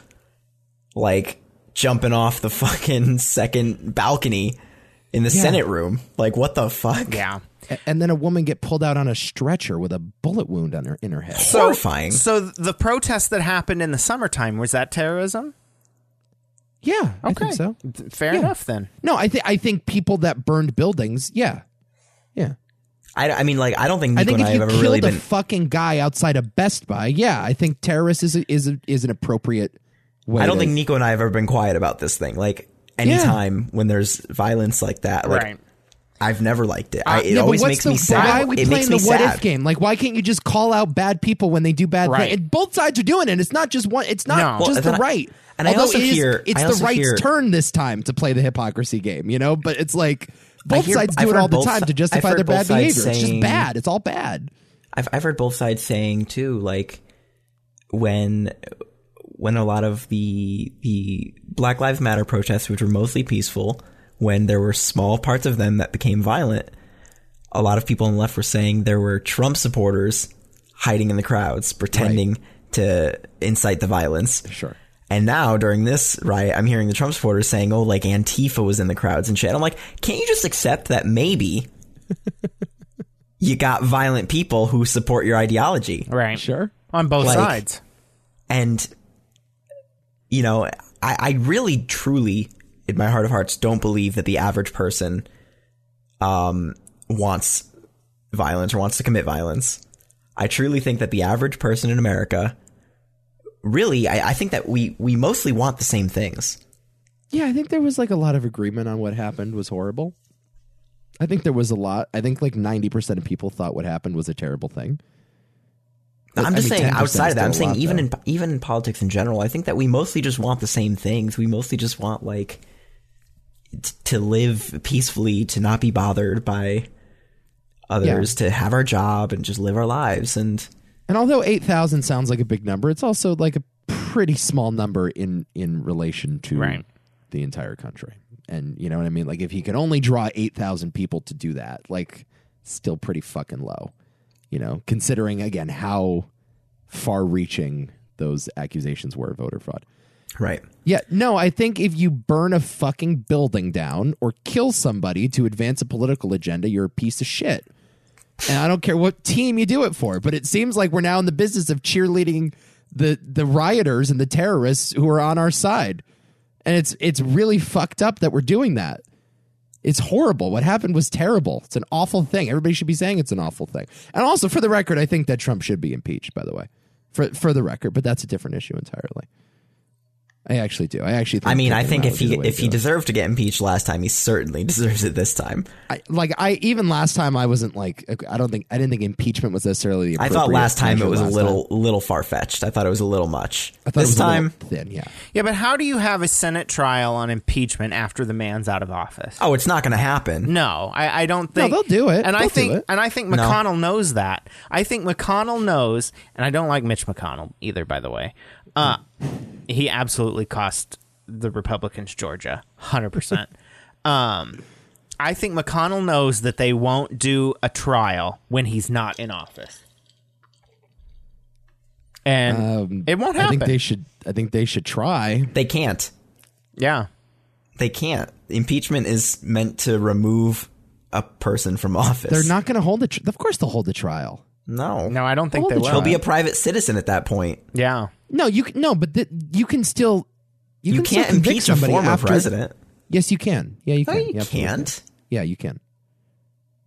like jumping off the fucking second balcony in the Senate room. Like, what the fuck?
Yeah.
A- and then a woman get pulled out on a stretcher with a bullet wound on her in her head.
Horrifying.
So the protest that happened in the summertime was that terrorism?
Yeah, I
Okay.
think so.
Fair enough then.
No, I think I think people that burned buildings. Yeah, yeah.
I, I mean, like, I don't think Nico
I think
and
if
I
you
have ever
killed
really
a
been.
fucking guy outside of Best Buy, yeah, I think terrorist is a, is a, is an appropriate way.
I don't
to-
think Nico and I have ever been quiet about this thing. Like, anytime when there's violence like that, like,
right.
I've never liked it. I, it
Uh, yeah, but
always
what's
makes
the,
me sad.
Why are we
it
playing
makes
the
me
what
sad.
if game? Like, why can't you just call out bad people when they do bad
Right.
things? And both sides are doing it. It's not just one. It's not
No.
just
Well,
the
then I-
right.
and I
Although
also
it is-
hear-
it's
I
the
also
right's
hear-
turn this time to play the hypocrisy game. You know, but it's like both
hear-
sides
I've
do it
heard
all the
both
time
si-
to justify
I've heard
their bad
both sides
behavior. it's just
saying-
bad. It's all bad.
I've I've heard both sides saying too, like when when a lot of the the Black Lives Matter protests, which were mostly peaceful, when there were small parts of them that became violent, a lot of people on the left were saying there were Trump supporters hiding in the crowds, pretending to incite the violence.
Sure.
And now during this riot, I'm hearing the Trump supporters saying, "Oh, like Antifa was in the crowds and shit." I'm like, can't you just accept that maybe you got violent people who support your ideology,
Right.
Sure.
On both
Like-
sides.
and you know, I, I really truly in my heart of hearts don't believe that the average person um wants violence or wants to commit violence. I truly think that the average person in America really I, I think that we we mostly want the same things.
Yeah, I think there was like a lot of agreement on what happened was horrible. I think there was a lot. I think like 90% of people thought what happened was a terrible thing. But,
I'm
I
just
mean,
saying
10%
outside
is
of that. I'm
still a lot,
saying even
though.
in even in politics in general, I think that we mostly just want the same things. We mostly just want like t- to live peacefully, to not be bothered by others, to have our job and just live our lives. And
And although 8,000 sounds like a big number, it's also like a pretty small number in in relation to
Right.
the entire country. And you know what I mean? Like if he can only draw 8,000 people to do that, like still pretty fucking low. You know, considering again how far reaching those accusations were of voter fraud.
right,
Yeah, no, I think if you burn a fucking building down or kill somebody to advance a political agenda, you're a piece of shit. And I don't care what team you do it for, but it seems like we're now in the business of cheerleading the the rioters and the terrorists who are on our side. And it's it's really fucked up that we're doing that. It's horrible. What happened was terrible. It's an awful thing. Everybody should be saying it's an awful thing. And also for the record, I think that Trump should be impeached, by the way. For for the record, but that's a different issue entirely. I actually do. I actually. Think
I mean, I
kicking
think
him out would
if
be
he
the way
if
to
he
do it.
deserved to get impeached last time, he certainly deserves it this time.
I, like I even last time I wasn't like I don't think I didn't think impeachment was necessarily. The
I thought
appropriate
last time it
measure
was a
last
little little far fetched. I thought it was a little much.
I thought it
This
was a little
time,
thin. Yeah,
Yeah, but how do you have a Senate trial on impeachment after the man's out of office?
oh, it's not going to happen.
No, I, I don't think
they'll do it.
And I
They'll do
think
it.
and I think McConnell knows that. I think McConnell knows, and I don't like Mitch McConnell either. By the way, uh, he absolutely cost the Republicans Georgia, hundred percent. Um, I think McConnell knows that they won't do a trial when he's not in office, and it won't
Um, I
happen.
think they should. I think they should try.
They can't.
yeah,
They can't. Impeachment is meant to remove a person from office.
They're not going to hold the. Tr- of course, they'll hold the trial.
No.
no, I don't think
Hold
they
the
will.
trial.
He'll be a private citizen at that point.
yeah,
No, you can, no, but th- you can still. You,
You,
can
can't
still convict
impeach a
somebody
former
after-
president.
Yes, you can. Yeah, you
No,
can.
you
absolutely can.
can't.
Yeah, you can.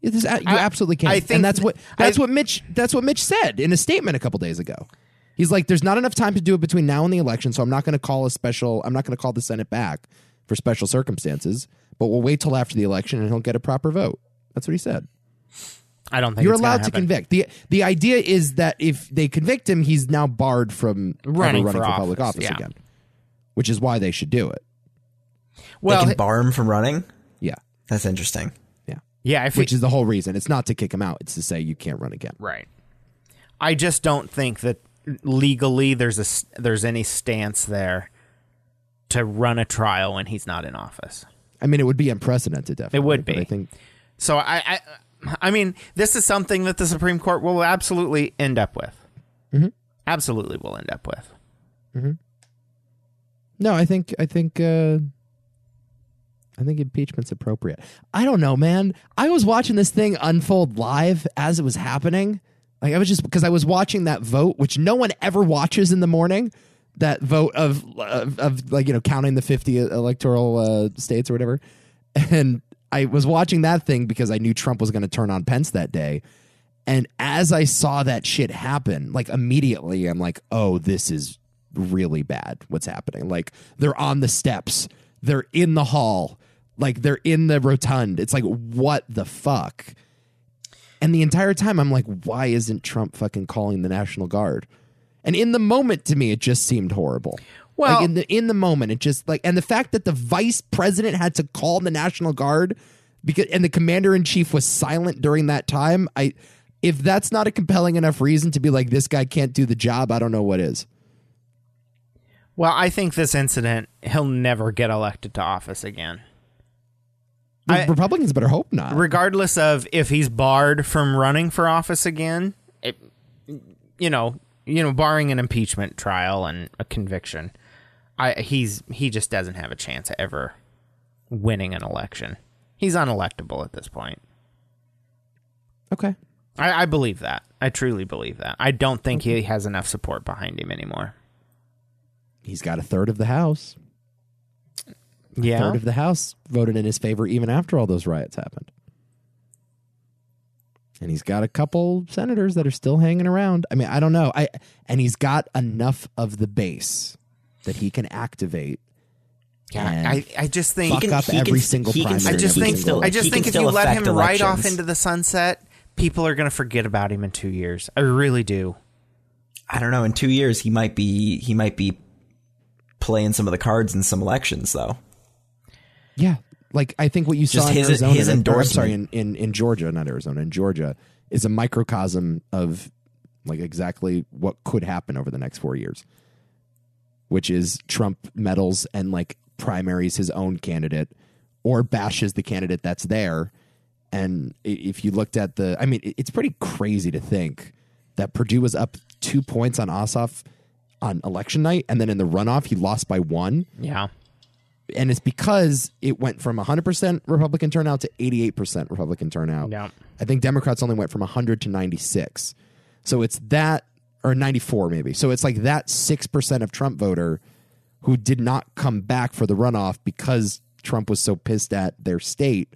Yeah, this, uh, you
I-
absolutely can.
I
I
think
think and that's what
I-
that's what Mitch that's what Mitch said in a statement a couple days ago. He's like, "There's not enough time to do it between now and the election, so I'm not going to call a special. I'm not going to call the Senate back for special circumstances, but we'll wait till after the election and he'll get a proper vote." That's what he said.
I don't think
You're
it's gonna
allowed to
happen.
convict. the The idea is that if they convict him, he's now barred from ever
Running for
running for, public
office,
office
yeah.
again, which is why they should do it.
Well,
they can bar him from running.
Yeah,
That's interesting.
yeah.
yeah, if
Which
he,
is the whole reason. It's not to kick him out. It's to say you can't run again.
Right. I just don't think that legally there's a s- there's any stance there to run a trial when he's not in office.
I mean, it would be unprecedented. Definitely,
It would
but
be.
I think
So I I, I mean, this is something that the Supreme Court will absolutely end up with. Absolutely will end up with.
no. I think I think uh, I think impeachment's appropriate. I don't know, man. I was watching this thing unfold live as it was happening. Like I was just because I was watching that vote, which no one ever watches in the morning. That vote of of, of like you know counting the fifty electoral uh, states or whatever, and I was watching that thing because I knew Trump was going to turn on Pence that day. And as I saw that shit happen, like immediately, I'm like, oh, this is really bad. What's happening? Like, they're on the steps, they're in the hall, like, they're in the rotund. It's like, what the fuck? And the entire time, I'm like, why isn't Trump fucking calling the National Guard? And in the moment, to me, it just seemed horrible.
Well-
like in the in the moment, it just like and the fact that the vice president had to call the National Guard because and the commander in chief was silent during that time. I if that's not a compelling enough reason to be like this guy can't do the job, I don't know what is.
Well, I think this incident he'll never get elected to office again.
The
I-
Republicans better hope not.
regardless of if he's barred from running for office again, it, you know, you know, barring an impeachment trial and a conviction, I he's he just doesn't have a chance at ever winning an election. He's unelectable at this point.
okay.
I, I believe that. I truly believe that. I don't think he has enough support behind him anymore.
He's got a third of the house.
Yeah.
third of the House voted in his favor even after all those riots happened. And he's got a couple senators that are still hanging around. I mean, I don't know. I and he's got enough of the base that he can activate. and
yeah, I, I just think
fuck up every single
he can
I
primary.
still-
just
and every
think
single-
I just
he can
think if
still
you let him
affect
ride off
elections.
into the sunset, people are going to forget about him in two years. I really do.
I don't know. In two years, he might be he might be playing some of the cards in some elections, though.
Yeah, like I think what you saw
Just
in
his-
Arizona,
his
or I'm sorry, in,
endorsement.
in in Georgia, not Arizona, in Georgia, is a microcosm of like exactly what could happen over the next four years, which is Trump meddles and like primaries his own candidate or bashes the candidate that's there. And i- if you looked at the, I mean, it- it's pretty crazy to think that Purdue was up two points on Ossoff on election night, and then in the runoff he lost by one
Yeah.
and it's because it went from 100% Republican turnout to 88% Republican turnout.
Yeah.
I think Democrats only went from 100 to 96. So it's that or 94 maybe. So it's like that 6% of Trump voter who did not come back for the runoff because Trump was so pissed at their state.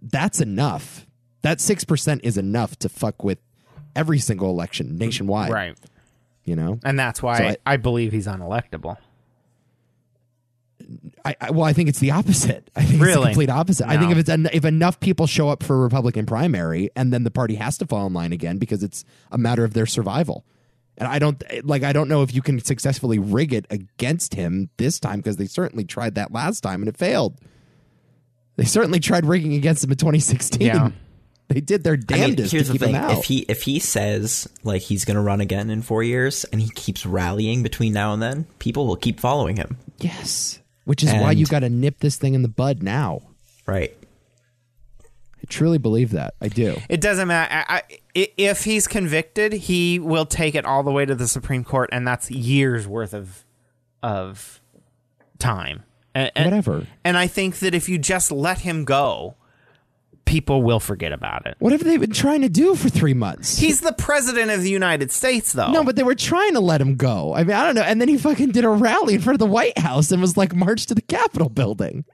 That's enough. That 6% is enough to fuck with every single election nationwide,
Right.
you know?
And that's why
So
I, I believe he's unelectable.
I, I well, I think it's the opposite. I think it's the
Really?
complete opposite. I think
No.
if it's en- if enough people show up for a Republican primary, and then the party has to fall in line again because it's a matter of their survival. And I don't like I don't know if you can successfully rig it against him this time because they certainly tried that last time and it failed. They certainly tried rigging against him in 2016.
Yeah.
They did their
I mean,
damnedest
here's
to
the
keep
thing:
him out.
if he if he says like he's going to run again in four years, and he keeps rallying between now and then, people will keep following him.
yes, which is why
And-
you got to nip this thing in the bud now.
Right?
I truly believe that. I do.
It doesn't matter. I, I, if he's convicted, he will take it all the way to the Supreme Court, and that's years worth of of time. And, and-
Whatever.
And I think that if you just let him go, people will forget about it.
What have they been trying to do for three months?
He's the president of the United States, though.
No, but they were trying to let him go. I mean, I don't know. And then he fucking did a rally in front of the White House and was like marched to the Capitol building.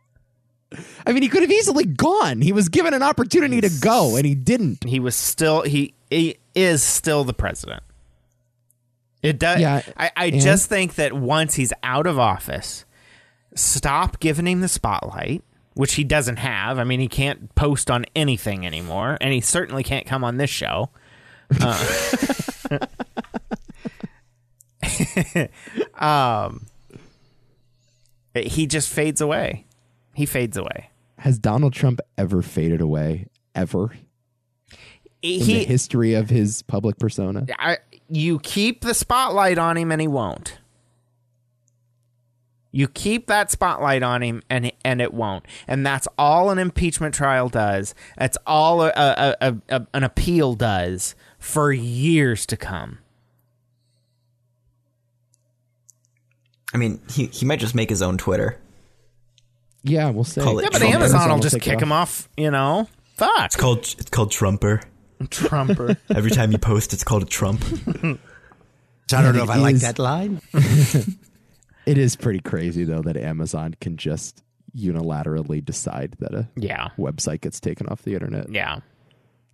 I mean, he could have easily gone. He was given an opportunity to go and he didn't.
he was still he, he is still the president. It does.
Yeah,
I, I
and-
just think that once he's out of office, stop giving him the spotlight, which he doesn't have. I mean, he can't post on anything anymore, and he certainly can't come on this show. Uh, um, he just fades away. He fades away.
Has Donald Trump ever faded away? Ever? In the
he
history of his public persona?
I, you keep the spotlight on him and he won't. You keep that spotlight on him and and it won't. And that's all an impeachment trial does. That's all a, a, a, a, an appeal does for years to come.
I mean, he he might just make his own Twitter.
Yeah, we'll say.
Call it Yeah,
But
Trump
Amazon will just
take it
kick
off.
him off, you know? Fuck.
It's called it's called Trumper.
Trumper.
Every time you post, it's called a Trump.
I don't know
it
if I like
is-
that line.
It is pretty crazy, though, that Amazon can just unilaterally decide that a
yeah.
website gets taken off the internet.
Yeah.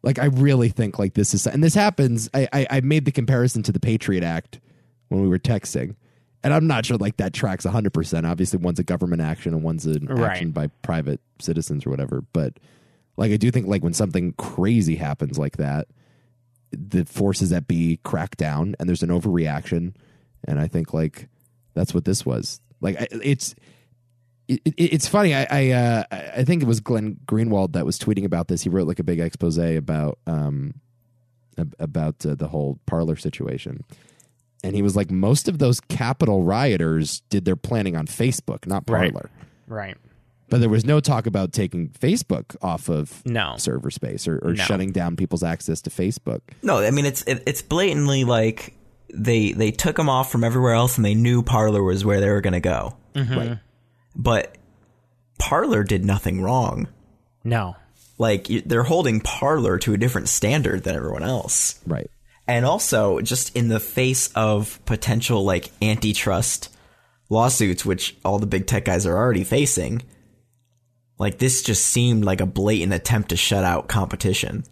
Like I really think like this is and this happens. I, I I made the comparison to the Patriot Act when we were texting, and I'm not sure like that tracks 100. percent Obviously, one's a government action and one's an
Right.
action by private citizens or whatever. But like I do think like when something crazy happens like that, the forces that be crack down and there's an overreaction, and I think like that's what this was. Like I- it's it, it, it's funny. I I, uh, I I think it was Glenn Greenwald that was tweeting about this. He wrote like a big expose about um ab- about uh, the whole parlor situation, and he was like, most of those Capitol rioters did their planning on Facebook, not parlor.
Right. Right.
But there was no talk about taking Facebook off of
No.
server space or, or
No.
shutting down people's access to Facebook.
No, I mean it's it, it's blatantly like they they took him off from everywhere else, and they knew Parlor was where they were going to go.
Mm-hmm.
Right.
But Parlor did nothing wrong.
No.
Like you- they're holding Parlor to a different standard than everyone else,
Right.
and also just in the face of potential like antitrust lawsuits, which all the big tech guys are already facing, like this just seemed like a blatant attempt to shut out competition.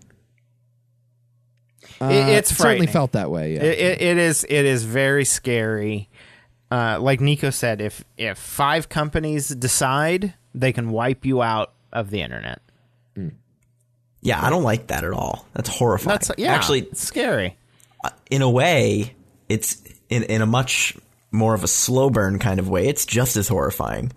Uh,
It- it's
it certainly
frightening.
felt that way. Yeah.
It, it, it is it is very scary. Uh, like Nico said, if if five companies decide, they can wipe you out of the internet.
Yeah, I don't like that at all. That's horrifying.
That's yeah,
Actually,
it's scary.
in a way, it's in in a much more of a slow burn kind of way. It's just as horrifying.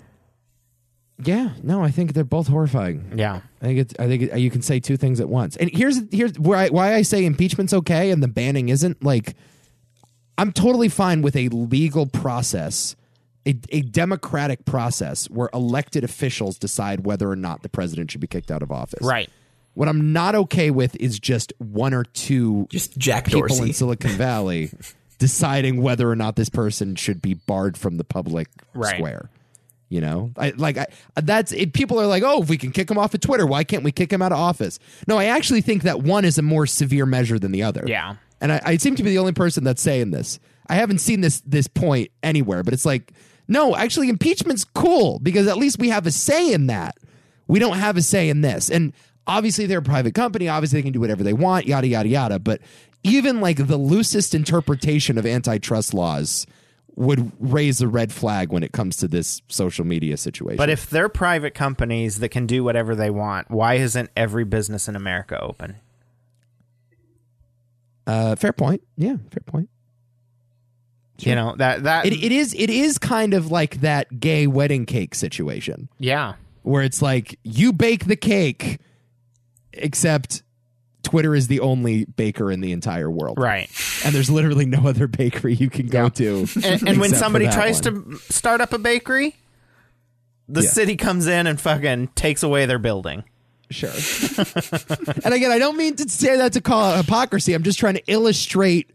yeah. No, I think they're both horrifying.
Yeah,
I think it's, I think it, you can say two things at once. And here's here's where I, why I say impeachment's okay and the banning isn't. Like, I'm totally fine with a legal process, a, a democratic process where elected officials decide whether or not the president should be kicked out of office.
right.
What I'm not okay with is just one or two
Just Jack
people
Dorsey.
in Silicon Valley deciding whether or not this person should be barred from the public
Right.
square. You know, I like I, that's it. People are like, oh, if we can kick him off of Twitter, why can't we kick him out of office? No, I actually think that one is a more severe measure than the other.
Yeah.
and I, I seem to be the only person that's saying this. I haven't seen this this point anywhere, but it's like, no, actually, impeachment's cool because at least we have a say in that. We don't have a say in this, and obviously they're a private company. Obviously, they can do whatever they want, yada yada yada. But even like the loosest interpretation of antitrust laws would raise a red flag when it comes to this social media situation.
But if they're private companies that can do whatever they want, why isn't every business in America open?
uh, fair point, yeah, fair point.
You know that that
It, it is it is kind of like that gay wedding cake situation
yeah
where it's like you bake the cake, except Twitter is the only baker in the entire world,
right.
And there's literally no other bakery you can go
Yeah.
to.
And, and when
except for
somebody
that
tries
one.
to start up a bakery, the
Yeah.
city comes in and fucking takes away their building.
Sure. and again, I don't mean to say that to call it hypocrisy. I'm just trying to illustrate.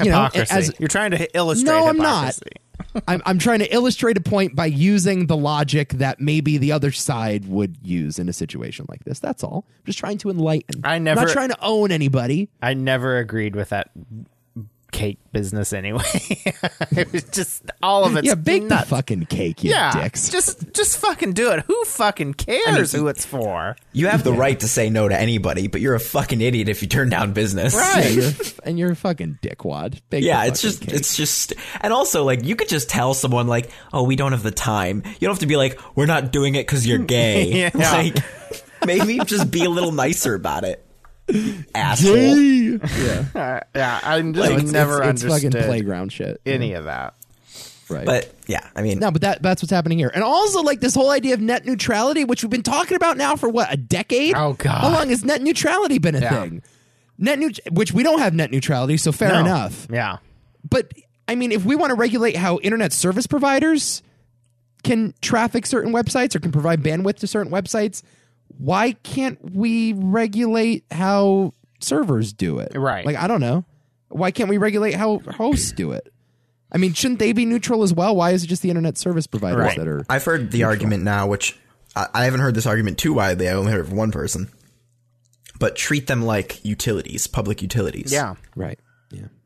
You know,
Hypocrisy.
as-
You're trying to illustrate.
No, I'm not.
hypocrisy.
I'm, I'm trying to illustrate a point by using the logic that maybe the other side would use in a situation like this. That's all. I'm just trying to enlighten.
I
I'm
never-
not trying to own anybody.
I never agreed with that cake business anyway. it was just all of it's
yeah, bake
nuts.
the fucking cake, you
yeah,
dicks.
just just fucking do it. Who fucking cares who it's for?
You have the right to say no to anybody, but you're a fucking idiot if you turn down business.
Yeah, you're, and you're a fucking dickwad. Bake
Yeah,
the
it's
fucking
just
cake.
it's just and also like you could just tell someone like, "Oh, we don't have the time." You don't have to be like, "We're not doing it cuz you're gay."
Yeah.
Like maybe just be a little nicer about it. Asshole.
yeah,
Yeah, I just
it's,
never
it's, it's fucking
understood
playground shit.
any of that.
right.
But yeah, I mean,
No, but that that's what's happening here. And also like this whole idea of net neutrality, which we've been talking about now for what, a decade?
Oh, God.
How long has net neutrality been a
Yeah.
thing? Net neut which we don't have net neutrality, so fair
No.
enough.
Yeah.
But I mean, if we want to regulate how internet service providers can traffic certain websites or can provide bandwidth to certain websites, why can't we regulate how servers do it?
Right.
Like I don't know. Why can't we regulate how hosts do it? I mean, shouldn't they be neutral as well? Why is it just the internet service providers
Right.
that are
I've heard the argument now, which I, I haven't heard this argument too widely. I only heard it from one person. But treat them like utilities, public utilities.
Yeah.
right?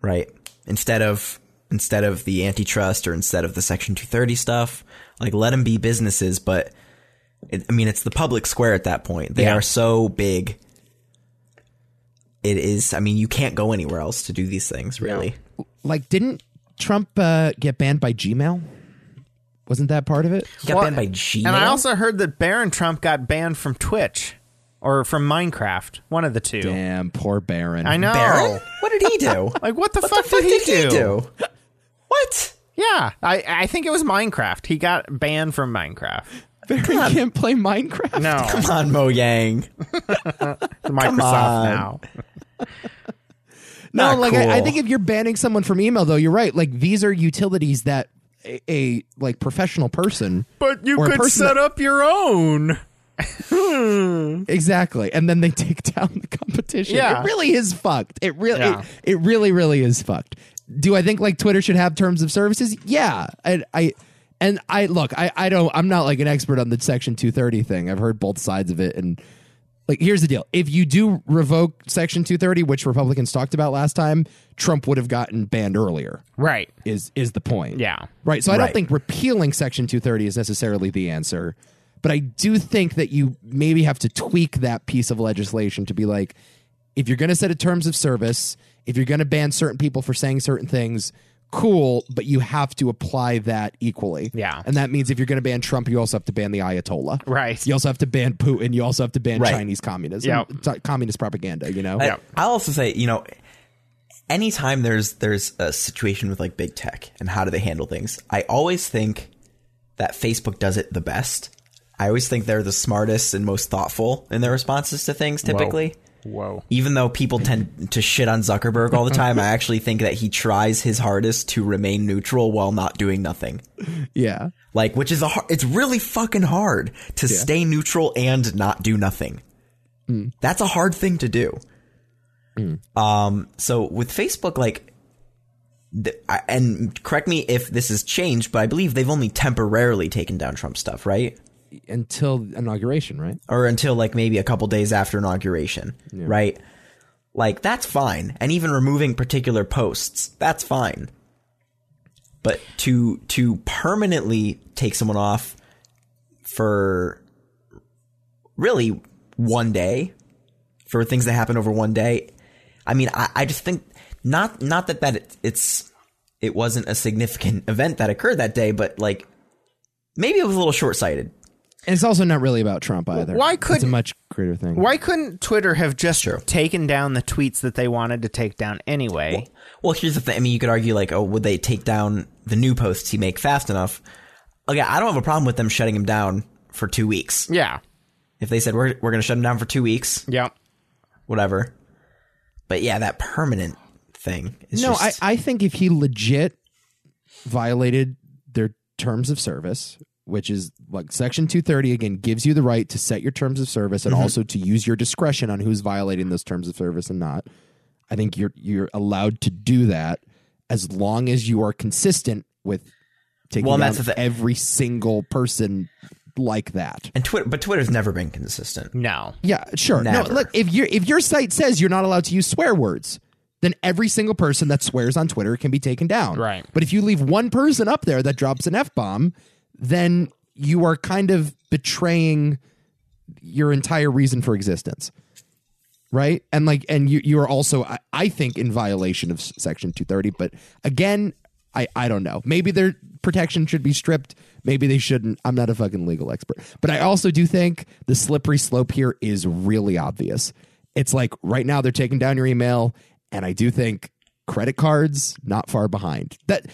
right? Instead of instead of the antitrust or instead of the Section 230 stuff, like let them be businesses. But it, I mean, it's the public square at that point. They
Yeah.
are so big. It is. I mean, you can't go anywhere else to do these things, really.
Like, didn't Trump uh, get banned by Gmail? Wasn't that part of it?
You got
Well,
banned by Gmail.
And I also heard that Baron Trump got banned from Twitch or from Minecraft, one of the two.
Damn, poor Baron.
I know.
Barrett? What did he do?
Like what the
what
fuck,
the fuck
did, he, do?
What?
Yeah, I I think it was Minecraft. He got banned from Minecraft.
Baron can't play Minecraft.
No,
Come on, Mo Yang.
Microsoft
on.
now.
No,
Not
like I, I
cool.
think if you're banning someone from email, though, you're right. Like these are utilities that a, a like professional person,
But you
Or a
could
person
set up your own.
exactly, and then they take down the competition.
Yeah.
it really is fucked. It really,
Yeah.
it, really, really is fucked. Do I think like Twitter should have terms of services? Yeah, I, I and I look, I, I don't, I'm not like an expert on the Section 230 thing. I've heard both sides of it, and like here's the deal if you do revoke section 230 which republicans talked about last time trump would have gotten banned earlier
Right.
is is the point
Yeah.
right so i don't
Right.
think repealing section 230 is necessarily the answer but i do think that you maybe have to tweak that piece of legislation to be like if you're going to set a terms of service if you're going to ban certain people for saying certain things cool but you have to apply that equally
Yeah.
and that means if you're going to ban trump you also have to ban the ayatollah
Right.
you also have to ban putin you also have to ban
Right.
chinese communism
Yeah.
t- communist propaganda you know
I, I'll also say, you know, anytime there's there's a situation with like big tech and how do they handle things, I always think that Facebook does it the best. I always think they're the smartest and most thoughtful in their responses to things typically.
Whoa.
Even though people tend to shit on Zuckerberg all the time, I actually think that he tries his hardest to remain neutral while not doing nothing.
yeah
Like, which is a hard, it's really fucking hard to stay neutral and not do nothing. That's a hard thing to do. Um, so with Facebook, like, th- I- and correct me if this has changed, but I believe they've only temporarily taken down Trump stuff, right?
until inauguration right
Or until like maybe a couple days after inauguration, right? Like, that's fine. And even removing particular posts, that's fine. But to to permanently take someone off for really one day for things that happen over one day. I mean, I, I just think not not that that it, it's it wasn't a significant event that occurred that day, but like maybe it was a little short sighted.
And it's also not really about Trump either.
why
it's a
couldn't-
much greater thing?
Why couldn't Twitter have just
Sure.
taken down the tweets that they wanted to take down anyway?
Well, here's the thing. I mean, you could argue like, oh, would they take down the new posts he make fast enough? Again, I don't have a problem with them shutting him down for two weeks.
yeah.
If they said we're we're gonna shut him down for two weeks,
Yeah.
whatever. But yeah, that permanent thing. Is
no,
just,
I, I think if he legit violated their terms of service, which is like Section 230 again gives you the right to set your terms of service and also to use your discretion on who's violating those terms of service and not. I think you're you're allowed to do that as long as you are consistent with taking
Well,
down
that's the thi-
every single person like that.
and Twitter, but Twitter's never been consistent.
No.
Yeah, sure.
Never.
No, look, if your if your site says you're not allowed to use swear words, then every single person that swears on Twitter can be taken down.
Right.
But if you leave one person up there that drops an F bomb, then you are kind of betraying your entire reason for existence. Right? And like and you you are also I, I think in violation of S- section 230, but again, I I don't know. Maybe their protection should be stripped, maybe they shouldn't. I'm not a fucking legal expert. But I also do think the slippery slope here is really obvious. It's like right now they're taking down your email and I do think credit cards not far behind that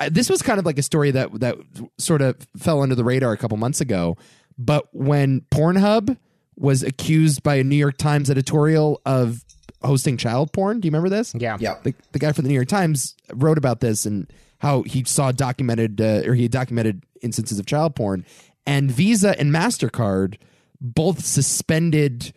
I, this was kind of like a story that that sort of fell under the radar a couple months ago but when pornhub was accused by a new york times editorial of hosting child porn do you remember this
Yeah.
the, the guy from the New York Times wrote about this and how he saw documented uh, or he had documented instances of child porn, and Visa and Mastercard both suspended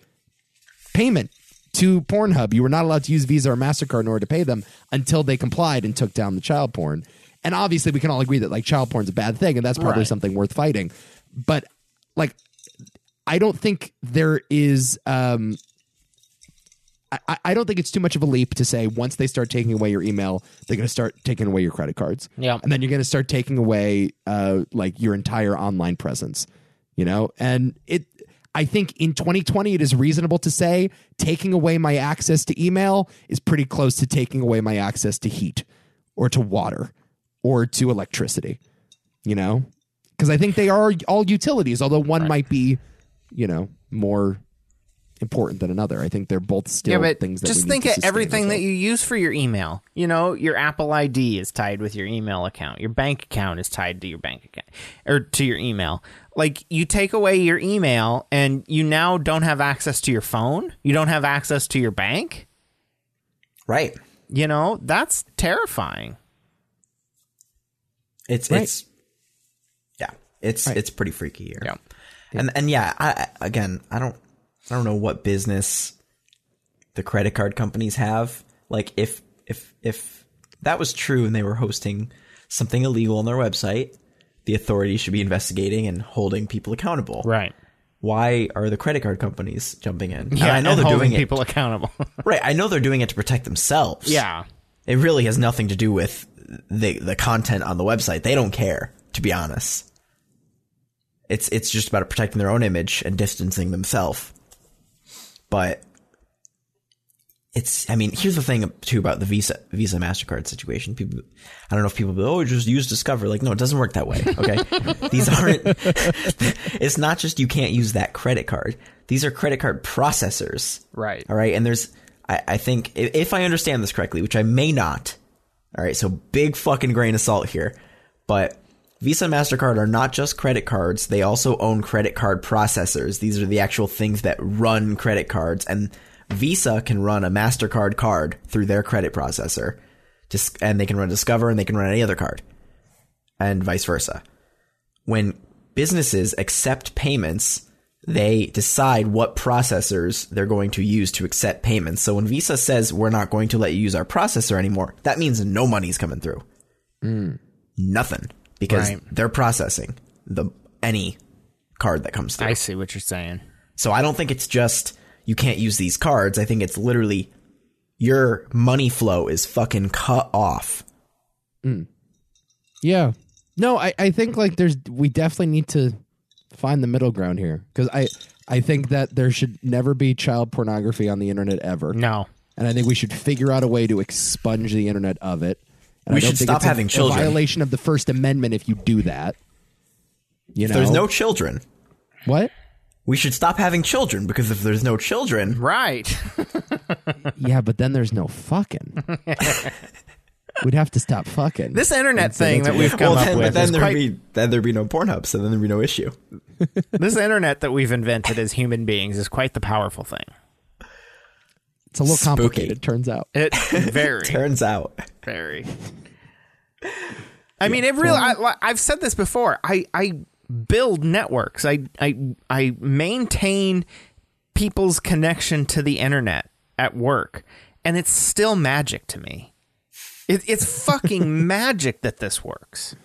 payment to Pornhub. You were not allowed to use Visa or Mastercard in order to pay them until they complied and took down the child porn. And obviously, we can all agree that like child porn's a bad thing, and that's probably something worth fighting. But like, I don't think there is. Um, I, I don't think it's too much of a leap to say once they start taking away your email, they're going to start taking away your credit cards.
Yeah.
And then you're going to start taking away uh, like your entire online presence, you know? And it, I think in 2020, it is reasonable to say taking away my access to email is pretty close to taking away my access to heat or to water or to electricity, you know? Because I think they are all utilities, although one might be, you know, more important than another. I think they're both still
Yeah, but
things that
just
we need
think
to
of
sustain
everything that
ourselves.
you use for your email. You know, your Apple ID is tied with your email account. Your bank account is tied to your bank account or to your email. Like you take away your email and you now don't have access to your phone. You don't have access to your bank.
Right.
You know, that's terrifying.
It's
Right.
it's yeah, it's it's pretty freaky here.
Yeah.
And and yeah, I I- again, I don't I don't know what business the credit card companies have. Like if if if that was true and they were hosting something illegal on their website, the authorities should be investigating and holding people accountable.
Right.
why are the credit card companies jumping in? And
Yeah,
I know
and
they're
holding
doing it.
people accountable.
Right, I know they're doing it to protect themselves.
yeah.
It really has nothing to do with the the content on the website. They don't care, to be honest. It's it's just about protecting their own image and distancing themselves. But it's I mean, here's the thing too about the Visa Visa MasterCard situation. People I don't know if people be, oh just use Discover. Like, no, it doesn't work that way. Okay. These aren't it's not just you can't use that credit card. These are credit card processors.
Right.
All right. And there's, I, I think, i- if I understand this correctly, which I may not, all right, so big fucking grain of salt here, but Visa and MasterCard are not just credit cards, they also own credit card processors. These are the actual things that run credit cards, and Visa can run a MasterCard card through their credit processor, Dis- and they can run Discover and they can run any other card, and vice versa when businesses accept payments, they decide what processors they're going to use to accept payments. So when Visa says we're not going to let you use our processor anymore, that means no money's coming through. Nothing because
Hmm. Right.
they're processing the any card that comes through.
I see what you're saying.
So I don't think it's just you can't use these cards. I think it's literally your money flow is fucking cut off.
Yeah. No, I, I think like there's we definitely need to find the middle ground here because I I think that there should never be child pornography on the internet ever,
No.
and I think we should figure out a way to expunge the internet of it. And
We
I don't
should
think
stop
it's a-
having children.
A violation of the First Amendment if you do that. You know,
There's no children.
what?
We should stop having children because if there's no children,
Right.
Yeah, but then there's no fucking. We'd have to stop fucking.
This internet thing that we've come
well,
up
then,
with
but then
is
there'd
quite,
be then there'd be no Pornhub, so then there'd be no issue.
this internet that we've invented as human beings is quite the powerful thing.
it's a little
spooky.
complicated. Turns out.
It very
Turns out,
very. I mean, it really. I, li- I've said this before. I I build networks. I I I maintain people's connection to the internet at work, and it's still magic to me. It, it's fucking magic that this works.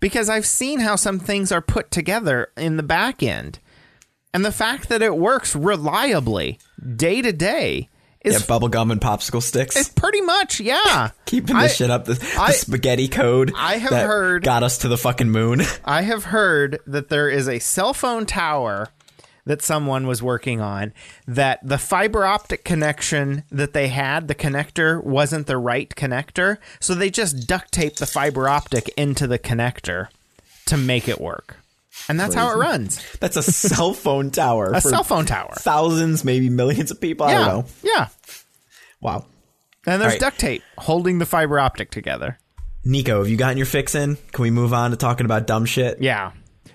Because I've seen how some things are put together in the back end, and the fact that it works reliably day to day
yeah,
is
bubblegum and popsicle
it's
sticks.
pretty much, yeah.
Keeping
I-
this shit up, the, the
I-
spaghetti code.
I have
that
heard-
got us to the fucking moon.
I have heard that there is a cell phone tower that someone was working on that the fiber optic connection that they had, the connector wasn't the right connector. So they just duct taped the fiber optic into the connector to make it work. And that's how it runs.
That's a cell phone tower.
A
for
cell phone tower.
Thousands, maybe millions of people. I
yeah.
don't know.
Yeah.
Wow.
And there's
All right.
duct tape holding the fiber optic together.
Nico, have you gotten your fix in? Can we move on to talking about dumb shit?
Yeah.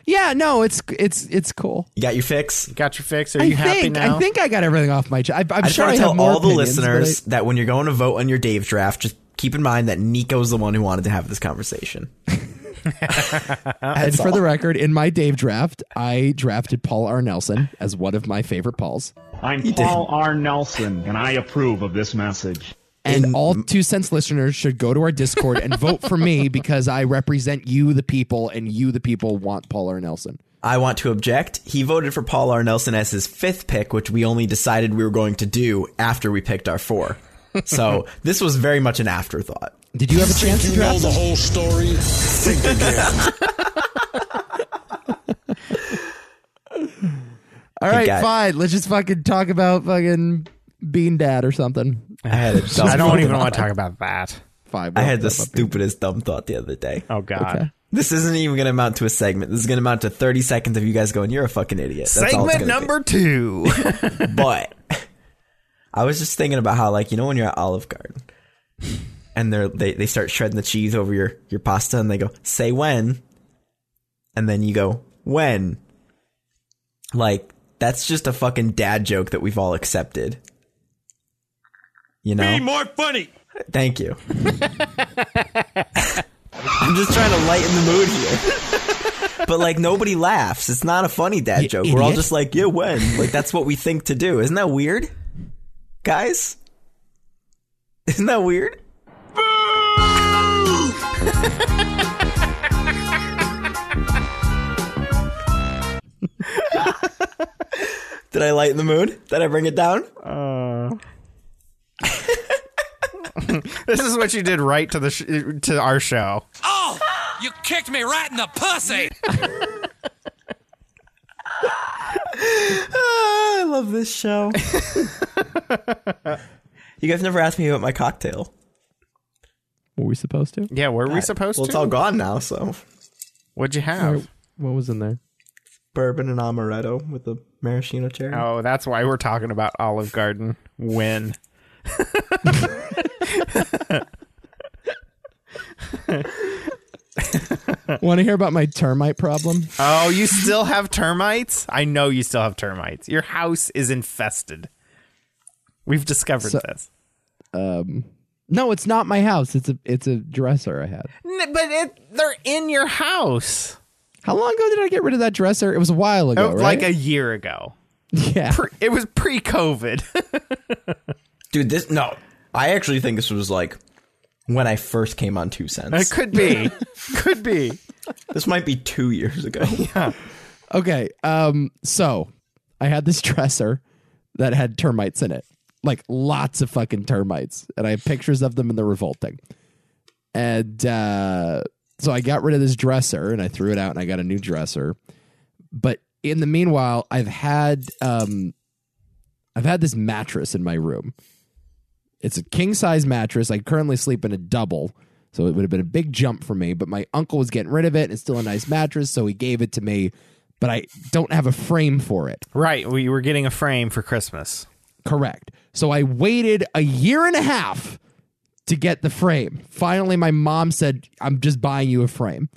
Yeah, no, it's it's it's cool.
You got your fix?
Got your fix? Are you
I
happy
think,
now?
I think I got everything off my chest. I- I'm
I just
sure
want
I
to
have
tell
more
all the
opinions, but I-
listeners that when you're going to vote on your Dave draft, just keep in mind that Nico's the one who wanted to have this conversation.
and for the record, in my Dave draft, I drafted Paul R. Nelson as one of my favorite Pauls.
I'm
did.
Paul R. Nelson, and I approve of this message.
And all two cents listeners should go to our Discord and vote for me because I represent you, the people, and you, the people, want Paul R. Nelson.
I want to object. He voted for Paul R. Nelson as his fifth pick, which we only decided we were going to do after we picked our four. So this was very much an afterthought.
Did you have a chance to
you know
draft?
the whole story? Think again.
All right,
got it.
fine. Let's just fucking talk about fucking Bean Dad or something.
I had a dumb
I don't
fucking-
even want to talk about that.
Five.
I had the stupidest dumb thought the other day.
Oh, God.
This isn't even going to amount to a segment. This is going to amount to 30 seconds of you guys going, you're a fucking idiot. That's all it's
Segment number
gonna be.
two.
But I was just thinking about how, like, you know, when you're at Olive Garden and they're, they they start shredding the cheese over your your pasta, and they go, "Say when," and then you go, "When." Like that's just a fucking dad joke that we've all accepted. You know.
Be more funny.
Thank you. I'm just trying to lighten the mood here. But like nobody laughs. It's not a funny dad joke. We're all
idiot.
just like, yeah, when? Like that's what we think to do. Isn't that weird? Guys? Isn't that weird? Did I lighten the mood? Did I bring it down?
This is what you did right to the sh- to our show.
Oh, you kicked me right in the pussy.
Ah, I love this show. you guys never asked me about my cocktail.
Were we supposed to?
Yeah, were we supposed
Well,
to?
it's all gone now, so
What'd you have?
What was in there?
bourbon and amaretto with the maraschino cherry.
Oh, that's why we're talking about Olive Garden. When?
Want to hear about my termite problem?
Oh, you still have termites? I know you still have termites. Your house is infested. We've discovered this.
No, it's not my house. It's a it's a dresser I had.
N- but it, they're in your house.
How long ago did I get rid of that dresser? It was a while ago,
Oh,
right?
Like a year ago.
yeah.
Pre- it was pre-COVID.
Dude, this no. I actually think this was like when I first came on Two
it
Cents.
could be. could be.
This might be two years ago.
Okay. Um. So I had this dresser that had termites in it, like lots of fucking termites, and I have pictures of them, and they're revolting. And uh, so I got rid of this dresser, and I threw it out, and I got a new dresser. But in the meanwhile, I've had um, I've had this mattress in my room. It's a king size mattress. I currently sleep in a double, so it would have been a big jump for me. But my uncle was getting rid of it, and it's still a nice mattress, so he gave it to me. But I don't have a frame for it.
Right, we were getting a frame for Christmas.
Correct. So I waited a year and a half to get the frame. Finally, my mom said, I'm just buying you a frame.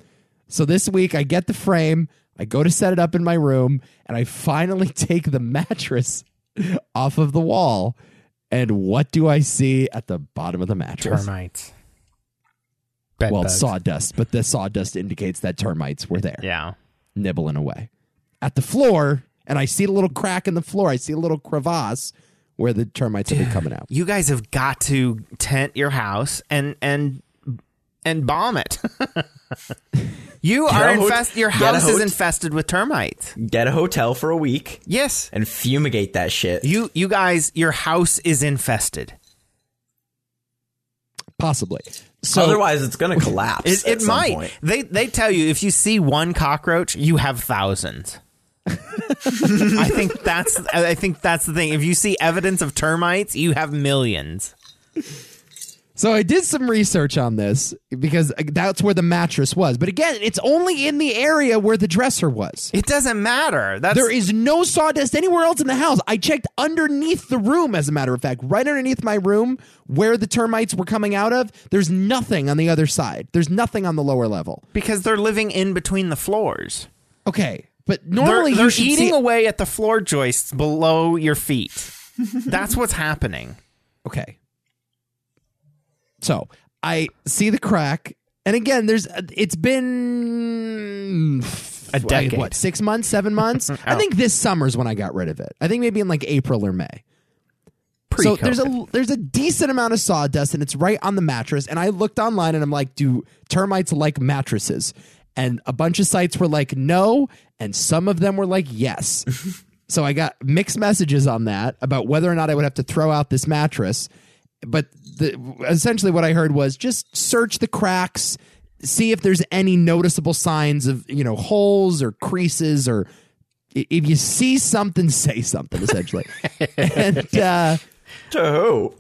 So this week, I get the frame, I go to set it up in my room, and I finally take the mattress off of the wall. And what do I see at the bottom of the mattress?
Termites. Bed
Well,
bugs.
sawdust, but the sawdust indicates that termites were there
Yeah.
nibbling away at the floor. And I see a little crack in the floor. I see a little crevasse where the termites have been coming out.
You guys have got to tent your house and and and bomb it. you are
Don't
infest your
get
house is
out.
infested with termites.
Get a hotel for a week
Yes.
and fumigate that shit.
You you guys your house is infested.
Possibly. So
Otherwise, it's gonna collapse.
It,
at
it
some
might.
point.
They they tell you if you see one cockroach, you have thousands. I think that's I think that's the thing. If you see evidence of termites, you have millions.
so I did some research on this because uh, that's where the mattress was. But again, it's only in the area where the dresser was.
It doesn't matter. That's
There is no sawdust anywhere else in the house. I checked underneath the room, as a matter of fact, right underneath my room where the termites were coming out of. There's nothing on the other side. There's nothing on the lower level.
because they're living in between the floors.
Okay, but
They're-
normally
they're,
you should
eating
see-
away at the floor joists below your feet. That's what's happening.
Okay. So I see the crack, and again, there's it's been
A decade.
What six months, seven months? I think this summer's when I got rid of it. I think maybe in like April or May. So there's a there's a decent amount of sawdust, and it's right on the mattress. And I looked online, and I'm like, do termites like mattresses? And a bunch of sites were like, no, and some of them were like, yes. So I got mixed messages on that about whether or not I would have to throw out this mattress. But the, essentially, what I heard was just search the cracks, see if there's any noticeable signs of you know holes or creases or i- if you see something, say something. Essentially, and uh,
To who?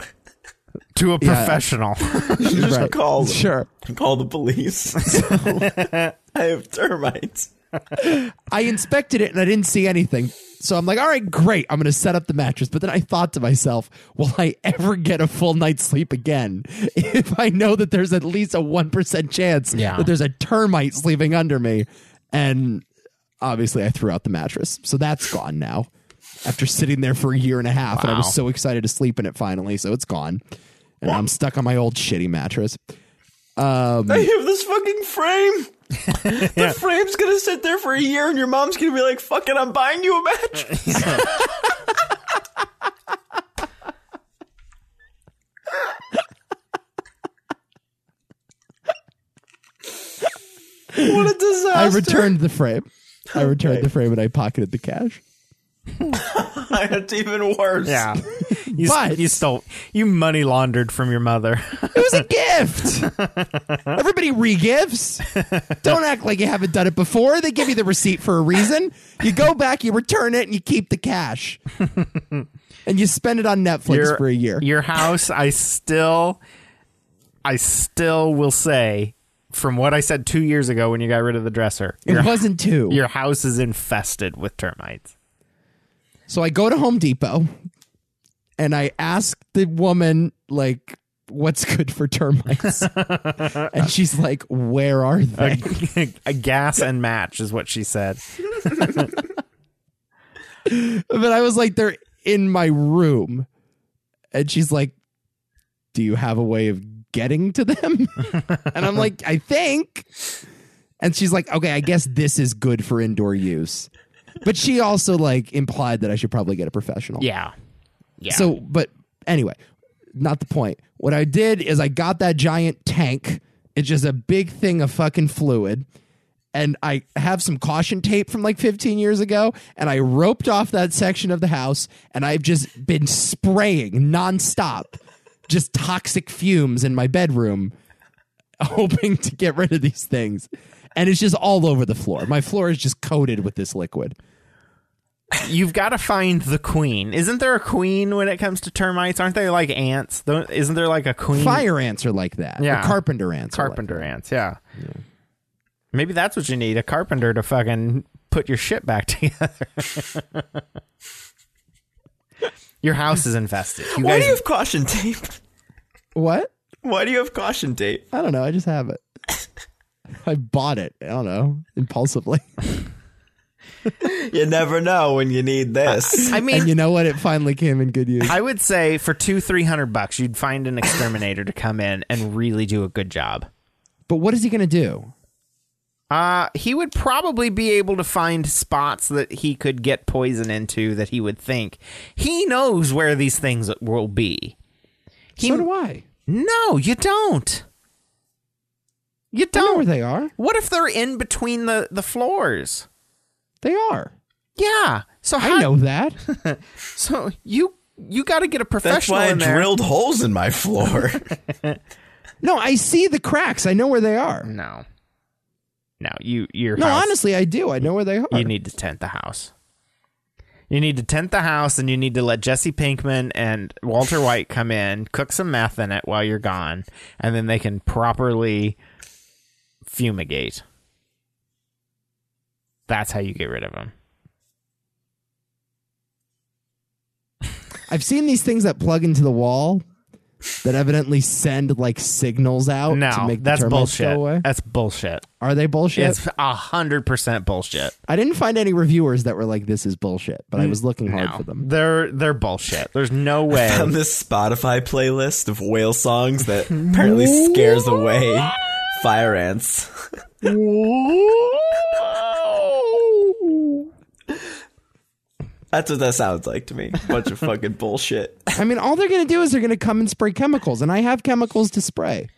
to a professional.
You just
Right.
call. them.
sure.
Call the police. I have termites.
I inspected it and I didn't see anything. So I'm like, all right, great. I'm going to set up the mattress. But then I thought to myself, will I ever get a full night's sleep again if I know that there's at least a 1% chance
Yeah.
that there's a termite sleeping under me? And obviously, I threw out the mattress. So that's gone now after sitting there for a year and a half. And I
Wow.
was so excited to sleep in it finally. So it's gone. And I'm stuck on my old shitty mattress.
I have this fucking frame. the frame's gonna sit there for a year, and your mom's gonna be like, "Fuck it, I'm buying you a mattress." what a disaster!
I returned the frame. I returned the frame and I pocketed the cash.
It's even worse.
Yeah. You,
But-
you stole you money laundered from your mother.
It was a gift. Everybody re-gifts. Don't act like you haven't done it before. They give you the receipt for a reason. You go back, you return it, and you keep the cash. and you spend it on Netflix
your,
for a year.
Your house, I still, I still will say, from what I said two years ago when you got rid of the dresser, your,
It wasn't two.
your house is infested with termites.
So I go to Home Depot and I ask the woman, like, what's good for termites? and she's like, where are they?
a gas and match is what she said.
but I was like, they're in my room. And she's like, Do you have a way of getting to them? and I'm like, I think. And she's like, Okay, I guess this is good for indoor use. But she also like implied that I should probably get a professional.
Yeah, yeah.
So, but anyway, not the point. What I did is I got that giant tank. It's just a big thing of fucking fluid. And I have some caution tape from like 15 years ago, and I roped off that section of the house, and I've just been spraying nonstop, just toxic fumes in my bedroom, hoping to get rid of these things. And it's just all over the floor. My floor is just coated with this liquid.
you've got to find the queen. Isn't there a queen when it comes to termites? Aren't they like ants? Don't- Isn't there like a queen?
Fire ants are like that. or
Mm. Yeah.
carpenter ants. are like
carpenter ants. Yeah. Maybe that's what you need—a carpenter to fucking put your shit back together. your house is infested. You
Why
guys,
do you have caution tape?
that. What?
Why do you have caution tape?
I don't know. I just have it. I bought it. I don't know. Impulsively.
You never know when you need this.
I
and
mean,
you know what? It finally came in good use.
I would say for two, three hundred bucks, you'd find an exterminator to come in and really do a good job.
But what is he going to do?
Uh, he would probably be able to find spots that he could get poison into that he would think he knows where these things will be. He,
So do I.
No, you don't. You
I know where
don't.
they are.
What if they're in between the, the floors?
They are.
Yeah. So how,
I know that.
So you you got to get a
That's
professional
why I
in there.
drilled holes in my floor.
No, I see the cracks. I know where they are.
no. No, you your
No,
house.
honestly, I do. I know where they are.
You need to tent the house. You need to tent the house, and you need to let Jesse Pinkman and Walter White come in, cook some meth in it while you're gone, and then they can properly fumigate. That's how you get rid of them.
I've seen these things that plug into the wall that evidently send like signals out to
No,
make the
that's
termites go away.
bullshit. That's bullshit.
Are they bullshit?
It's a hundred percent bullshit.
I didn't find any reviewers that were like, "This is bullshit," but I was looking hard
No,
for them.
they're they're bullshit. There's no way.
on this Spotify playlist of whale songs that apparently scares away fire ants. That's what that sounds like to me. Bunch of fucking bullshit.
I mean, all they're going to do is they're going to come and spray chemicals, and I have chemicals to spray.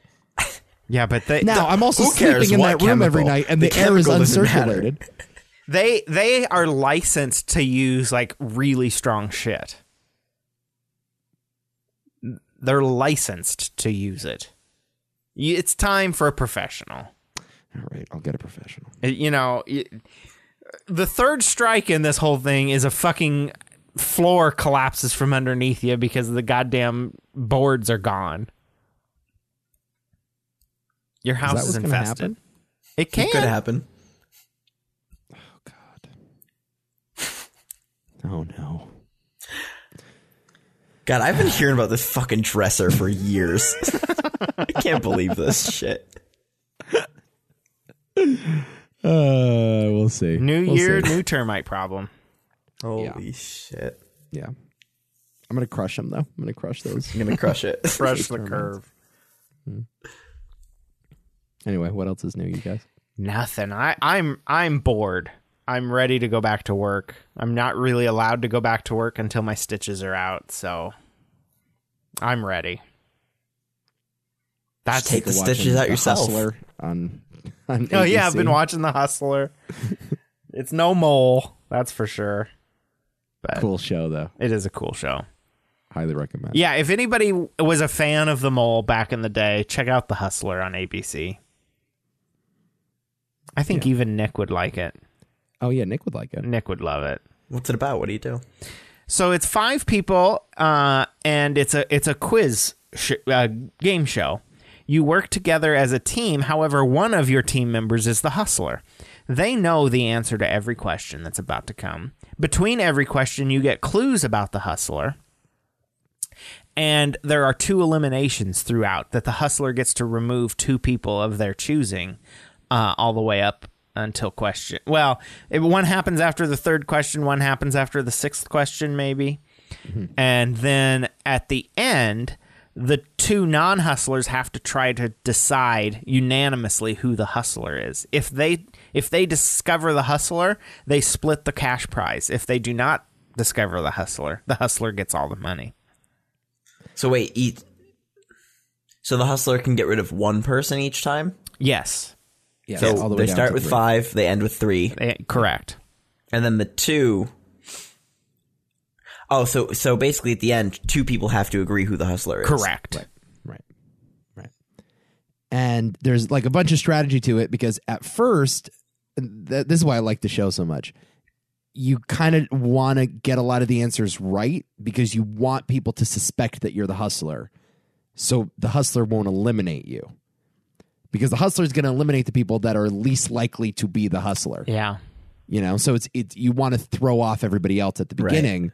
yeah, but they
Now, I'm also
who cares
sleeping in
what
that room every
chemical?
night, and
The
the, air is
chemical doesn't matter.
uncirculated.
they they are licensed to use like really strong shit. They're licensed to use it. Y- It's time for a professional.
All right, I'll get a professional.
Uh, You know, y- the third strike in this whole thing is a fucking floor collapses from underneath you because the goddamn boards are gone. Your
Is
house
that
is,
what's going to
infested.
happen?
It can.
Could happen.
Oh no!
God, I've been hearing about this fucking dresser for years. I can't believe this shit.
Uh, we'll see.
New
We'll
year,
see.
new termite problem.
Holy shit.
Yeah, I'm going to crush them though. I'm going to crush those.
I'm gonna crush it.
Brush the curve.
anyway, what else is new, you guys?
Nothing. I, I'm I'm bored. I'm ready to go back to work. I'm not really allowed to go back to work until my stitches are out, so I'm ready. That's
take the stitches
Watching
out
The
yourself.
Hustler on, on
Oh yeah, I've been
ABC.
watching The Hustler. it's no mole, that's for sure. But
Cool show though.
it is a cool show.
Highly recommend.
Yeah, if anybody was a fan of The Mole back in the day, check out The Hustler on ABC. I think even Nick would like it.
Oh yeah, Nick would like it.
Nick would love it.
What's it about? What do you do?
So it's five people, uh, and it's a it's a quiz sh- uh, game show. You work together as a team. However, one of your team members is the hustler. They know the answer to every question that's about to come. Between every question, you get clues about the hustler. And there are two eliminations throughout that the hustler gets to remove two people of their choosing, uh, all the way up until question. Well, it, one happens after the third question, one happens after the sixth question, maybe. And then at the end, the two non hustlers have to try to decide unanimously who the hustler is. If they if they discover the hustler, they split the cash prize. If they do not discover the hustler, the hustler gets all the money.
So wait, eat. So the hustler can get rid of one person each time.
Yes.
Yeah,
So
all the way
they
down
start
to
with
three.
five, they end with three,
Eh, correct.
and then the two Oh, so so basically at the end, two people have to agree who the hustler is.
Correct.
Right. Right. And there's like a bunch of strategy to it because at first, th- this is why I like the show so much. You kind of want to get a lot of the answers right because you want people to suspect that you're the hustler. So the hustler won't eliminate you because the hustler is going to eliminate the people that are least likely to be the hustler
Yeah.
you know so it's it you want to throw off everybody else at the beginning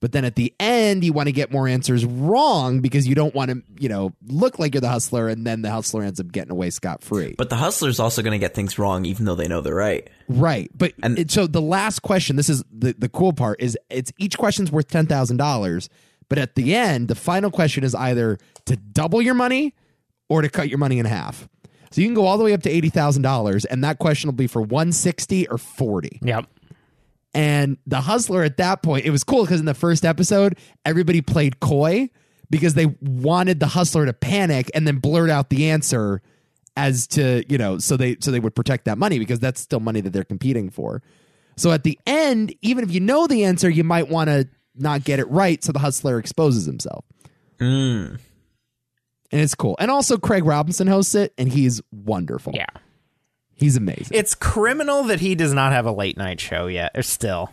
but then at the end you want to get more answers wrong because you don't want to you know look like you're the hustler and then the hustler ends up getting away scot free
But the hustler's also going to get things wrong, even though they know they're right.
right but
And-
it, so the last question this is the the cool part is it's each question's worth $10,000 but at the end the final question is either to double your money or to cut your money in half so you can go all the way up to $80,000 and that question will be for 160 or 40
Yep.
And the hustler at that point, it was cool because in the first episode, everybody played coy because they wanted the hustler to panic and then blurt out the answer as to, you know, so they so they would protect that money because that's still money that they're competing for. So at the end, even if you know the answer, you might want to not get it right so the hustler exposes himself. And it's cool. And also Craig Robinson hosts it and he's wonderful.
Yeah.
He's amazing.
It's criminal that he does not have a late night show yet, or still.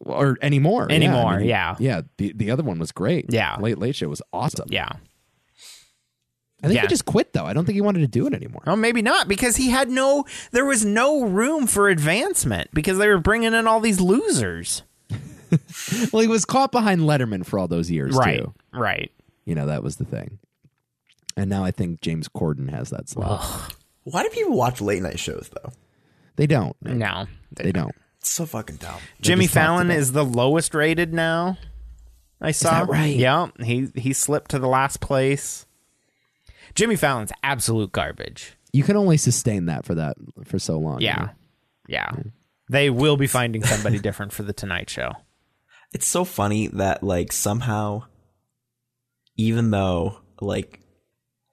or anymore. Yeah, I
Anymore,
mean, he-
yeah.
Yeah. The the other one was great.
Yeah.
Late Late Show was awesome.
Yeah.
I think
Yeah.
he just quit though. I don't think he wanted to do it anymore.
Oh, maybe not because he had no. There was no room for advancement because they were bringing in all these losers.
Well, he was caught behind Letterman for all those years too.
Right.
You know that was the thing. And now I think James Corden has that slot.
Why do people watch late night shows though?
They don't.
No.
They don't.
It's so fucking dumb.
Jimmy Fallon is the lowest rated now. I saw.
that right?
Yeah. He he slipped to the last place. Jimmy Fallon's absolute garbage.
You can only sustain that for that for so long. you
Yeah.
know?
Yeah. They will be finding somebody different for the Tonight Show.
It's so funny that like somehow, even though like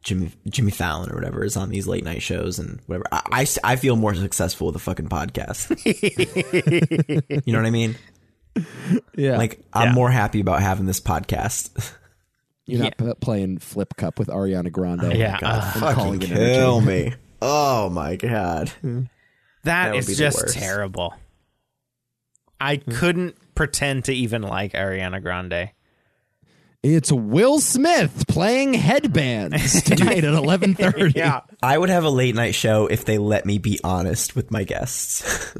Jimmy Jimmy Fallon or whatever is on these late night shows and whatever, I, I s- I feel more successful with a fucking podcast. you know what I mean?
Yeah. Like
Like I'm more happy about having this podcast.
you're not p- playing Flip Cup with Ariana
Oh
Grande.
yeah. uh,
fucking kill me. Oh my god.
that
would be
is
the
just
worst. Hmm.
terrible. I couldn't pretend to even like Ariana Grande.
It's Will Smith playing headbands tonight at eleven thirty.
I would have a late night show if they let me be honest with my guests.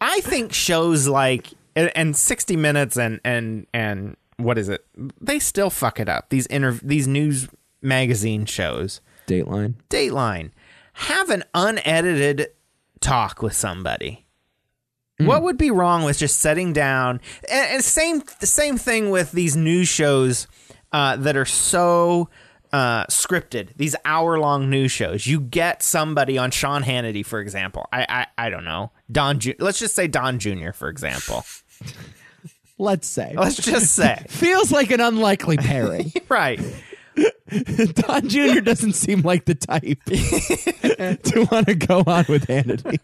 I think shows like and, and 60 minutes and and and what is it? They still fuck it up. These interv- these news magazine shows.
Dateline.
Dateline. Have an unedited talk with somebody.
Hmm.
What would be wrong with just setting down and, and same same thing with these news shows uh, that are so uh, scripted. These hour long news shows. You get somebody on Sean Hannity, for example. I I, I don't know Don. Ju- let's just say Don Jr. For example.
Let's say.
Let's just say
Feels like an unlikely pairing.
right.
Don Jr. doesn't seem like the type to want to go on with Hannity.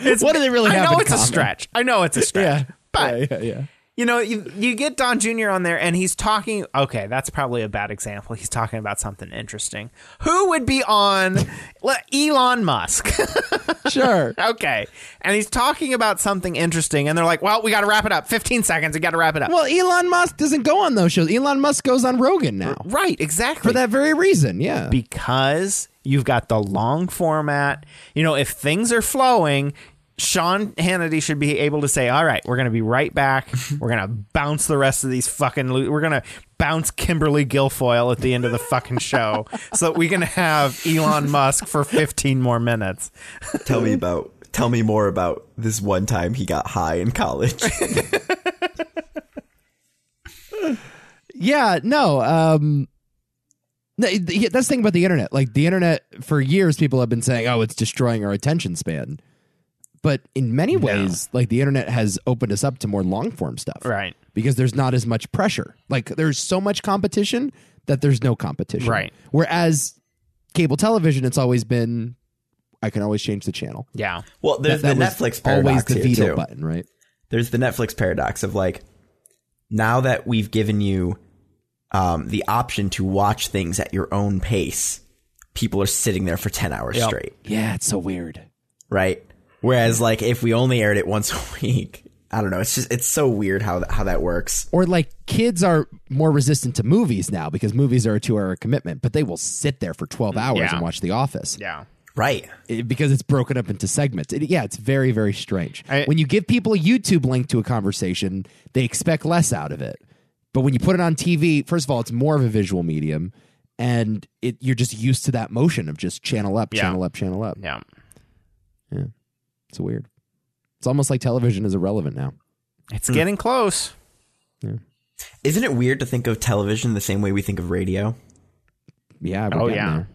It's,
What do they really
I
have
know
in
it's a
common?
stretch. I know it's a stretch. But
yeah, yeah.
you know, you you get Don Jr. on there and he's talking. Okay, that's probably a bad example. He's talking about something interesting. Who would be on Le- Elon Musk?
Sure.
okay, and he's talking about something interesting, and they're like, "Well, we got to wrap it up. Fifteen seconds. We got to wrap it up."
well, Elon Musk doesn't go on those shows. Elon Musk goes on Rogan now
right, exactly.
for that very reason. Yeah.
because you've got the long format. You know, if things are flowing, Sean Hannity should be able to say, "All right, we're going to be right back. We're going to bounce the rest of these fucking. Lo- we're going to bounce Kimberly Guilfoyle at the end of the fucking show, so that we can have Elon Musk for 15 more minutes."
Tell me about. Tell me more about this one time he got high in college.
Yeah, no. Um, no, it- yeah, that's the thing about the internet. Like the internet, for years, people have been saying, "Oh, it's destroying our attention span." But in many ways, like the internet has opened us up to more long form stuff,
Right.
Because there's not as much pressure. Like there's so much competition that there's no competition,
Right.
Whereas cable television, it's always been, I can always change the channel.
Yeah.
well, there's
That
the
was
Netflix
always
paradox
the
here,
veto
too.
button, right?
there's the Netflix paradox of like now that we've given you um, the option to watch things at your own pace, people are sitting there for ten hours straight,
Yeah, it's so weird.
right? Whereas like if we only aired it once a week, I don't know. It's just it's so weird how that, how that works.
or like kids are more resistant to movies now because movies are a two hour commitment, but they will sit there for 12 hours
Mm, Yeah.
and watch The Office
Yeah.
Right.
It- because it's broken up into segments. It- yeah, it's very, very strange.
I-
when you give people a YouTube link to a conversation, they expect less out of it. But when you put it on TV, first of all, it's more of a visual medium and it, you're just used to that motion of just channel up,
Yeah.
channel up, channel up.
Yeah.
It's weird. It's almost like television is irrelevant now.
It's getting close.
Isn't it weird to think of television the same way we think of radio?
Yeah. we're
Oh,
getting
yeah.
there.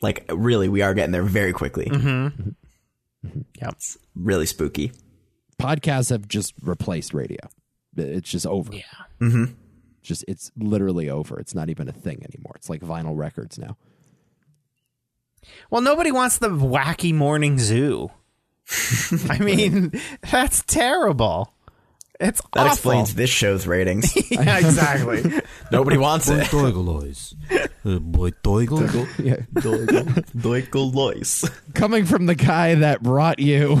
Like really, we are getting there very quickly.
Mm-hmm. Yep.
Really spooky.
podcasts have just replaced radio. It's just over. Yeah. Mm-hmm. Just it's literally over. It's not even a thing anymore. It's like vinyl records now.
Well, nobody wants the wacky morning zoo. I mean, that's terrible. It's
That
awful.
explains this show's ratings.
yeah, exactly.
Nobody wants it.
Doigalois. Uh, boy, doigal.
Yeah.
Lois.
Coming from the guy that brought you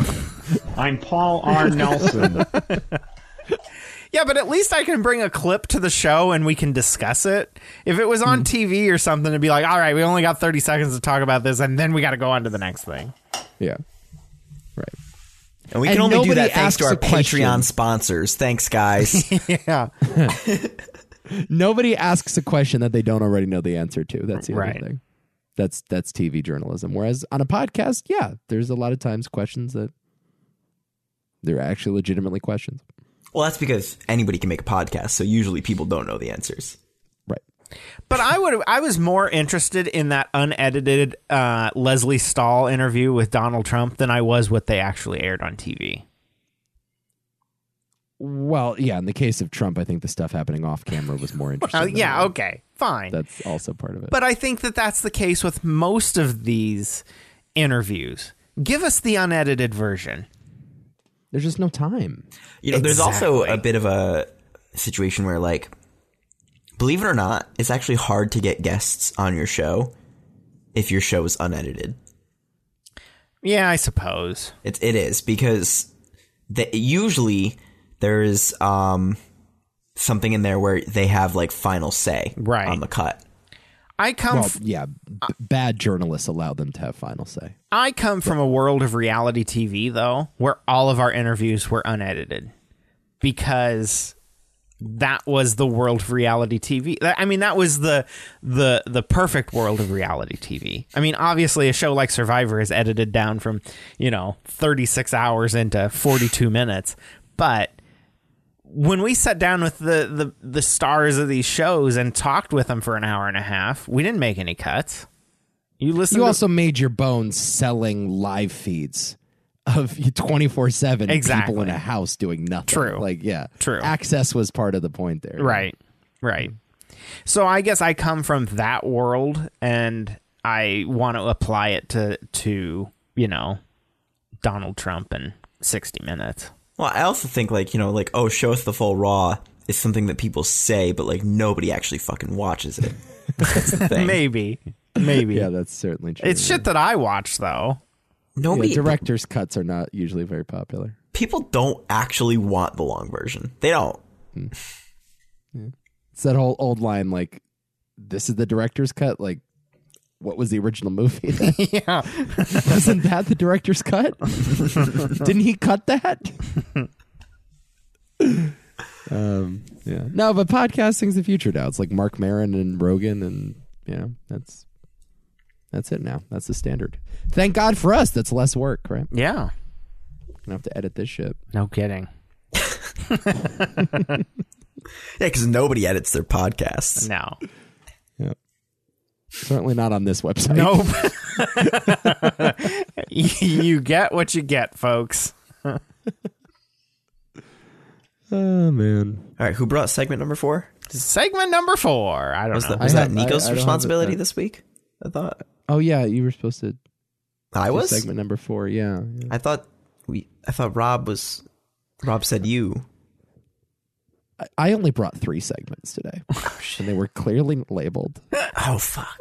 I'm Paul R. Nelson.
yeah, but at least I can bring a clip to the show and we can discuss it. If it was on TV or something, it'd be like, all right, we only got 30 seconds to talk about this, and then we got to go on to the next thing.
Yeah. Right.
And we
And
can only do
nobody
that thanks to
asks
our
a question.
Patreon sponsors. Thanks, guys.
Yeah.
Nobody asks a question that they don't already know the answer to. That's the
Right.
other thing. That's that's TV journalism. Whereas on a podcast, yeah, there's a lot of times questions that they're actually legitimately questions.
well, that's because anybody can make a podcast, so usually people don't know the answers.
Right.
But I would I was more interested in that unedited uh, Leslie Stahl interview with Donald Trump than I was what they actually aired on TV.
Well, yeah, in the case of Trump, I think the stuff happening off camera was more interesting.
Oh,
than
yeah,
the-
okay. Fine.
That's also part of it.
But I think that that's the case with most of these interviews. Give us the unedited version.
There's just no time.
You know, there's also a bit of a situation where, like, believe it or not, it's actually hard to get guests on your show if your show is unedited.
Yeah, I suppose.
It, it is because the, usually there is um, something in there where they have like final say
Right.
on the cut.
I come
Well,
f-
yeah, b-
Uh.
bad journalists allow them to have final say.
I come from a world of reality TV though, where all of our interviews were unedited because that was the world of reality TV. That- I mean, that was the the the perfect world of reality TV. I mean, obviously, a show like Survivor is edited down from you know thirty six hours into forty two minutes, but when we sat down with the, the the stars of these shows and talked with them for an hour and a half, we didn't make any cuts. You listen.
You
to-
also made your bones selling live feeds of 24 7 people
Exactly.
in a house doing nothing.
True.
Like, yeah.
True.
Access was part of the point there.
Right. Right. So I guess I come from that world and I want to apply it to to, you know, Donald Trump in 60 Minutes.
Well, I also think like, you know, like, oh, show us the full raw is something that people say, but like nobody actually fucking watches it. That's the thing.
Maybe. Maybe.
Yeah, that's certainly true.
it's shit that I watch, though.
Nobody
Yeah, director's cuts are not usually very popular.
people don't actually want the long version. They don't.
It's that whole old line like, "This is the director's cut." Like, what was the original movie?
yeah.
Wasn't that the director's cut? Didn't he cut that? um, yeah. No, but podcasting's the future now. It's like Mark Maron and Rogan, and yeah, that's that's it now. That's the standard. Thank God for us. That's less work, right?
Yeah.
Gonna have to edit this shit.
No kidding.
Yeah, because nobody edits their podcasts.
No.
Certainly not on this website.
Nope. you get what you get, folks.
Oh man.
All right, who brought segment number four?
Segment number four. I don't
Was
know.
that was
have-
that
I- I don't
Nico's
have it,
responsibility
uh,
this week? I thought
Oh yeah, you were supposed to.
I
do
was.
segment number four. Yeah. yeah.
I thought we. I thought Rob was. Rob said you.
I, I only brought three segments today, and they were clearly labeled.
Oh fuck.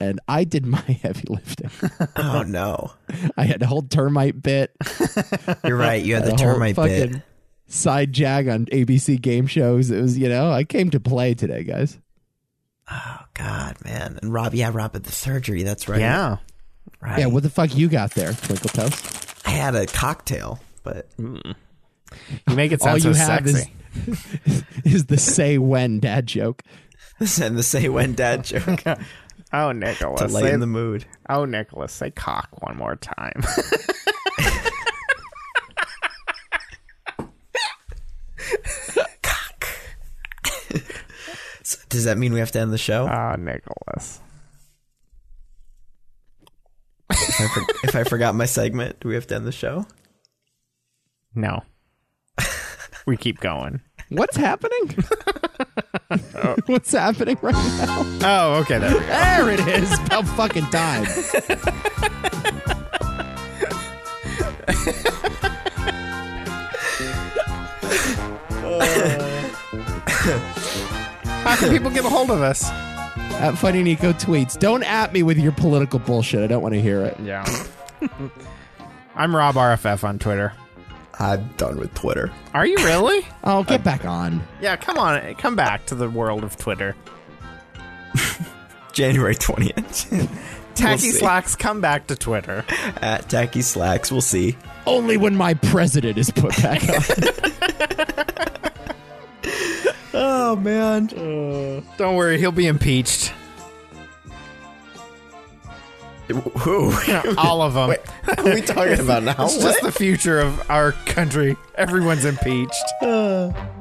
And I did my heavy lifting.
Oh no.
I had a whole termite bit,
You're right. You had the
a whole
termite
fucking
bit.
side jag on ABC game shows. It was, you know, I came to play today, guys.
Oh god, man. And Rob, yeah, Rob had the surgery. That's right.
Yeah.
Right.
Yeah, what the fuck you got there, Twinkle Toast?
I had a cocktail, but
You make it sound
All
so
you have
sexy.
is is the say when dad joke.
and the say when dad joke to
Oh, Nicholas. Say,
lighten the mood.
oh, Nicholas. Say cock one more time.
So does that mean we have to end the show?
oh, Nicholas.
if, I for- if I forgot my segment, do we have to end the show?
No. we keep going.
What's happening? What's happening right now?
Oh, okay. There we go.
There it is. About fucking time.
How can people get a hold of us?
At Funny Nico tweets. Don't at me with your political bullshit. I don't want to hear it.
Yeah. I'm Rob RFF on Twitter.
I'm done with Twitter.
Are you really?
Oh, get back on.
yeah, come on. Come back to the world of Twitter.
January 20th
Tacky
see.
Slacks, come back to Twitter.
at Tacky Slacks. We'll see.
Only when my president is put back on.
Oh, man.
Don't worry, he'll be impeached.
Who?
All of them.
What
oh,
are we talking about now?
It's just the future of our country. Everyone's impeached.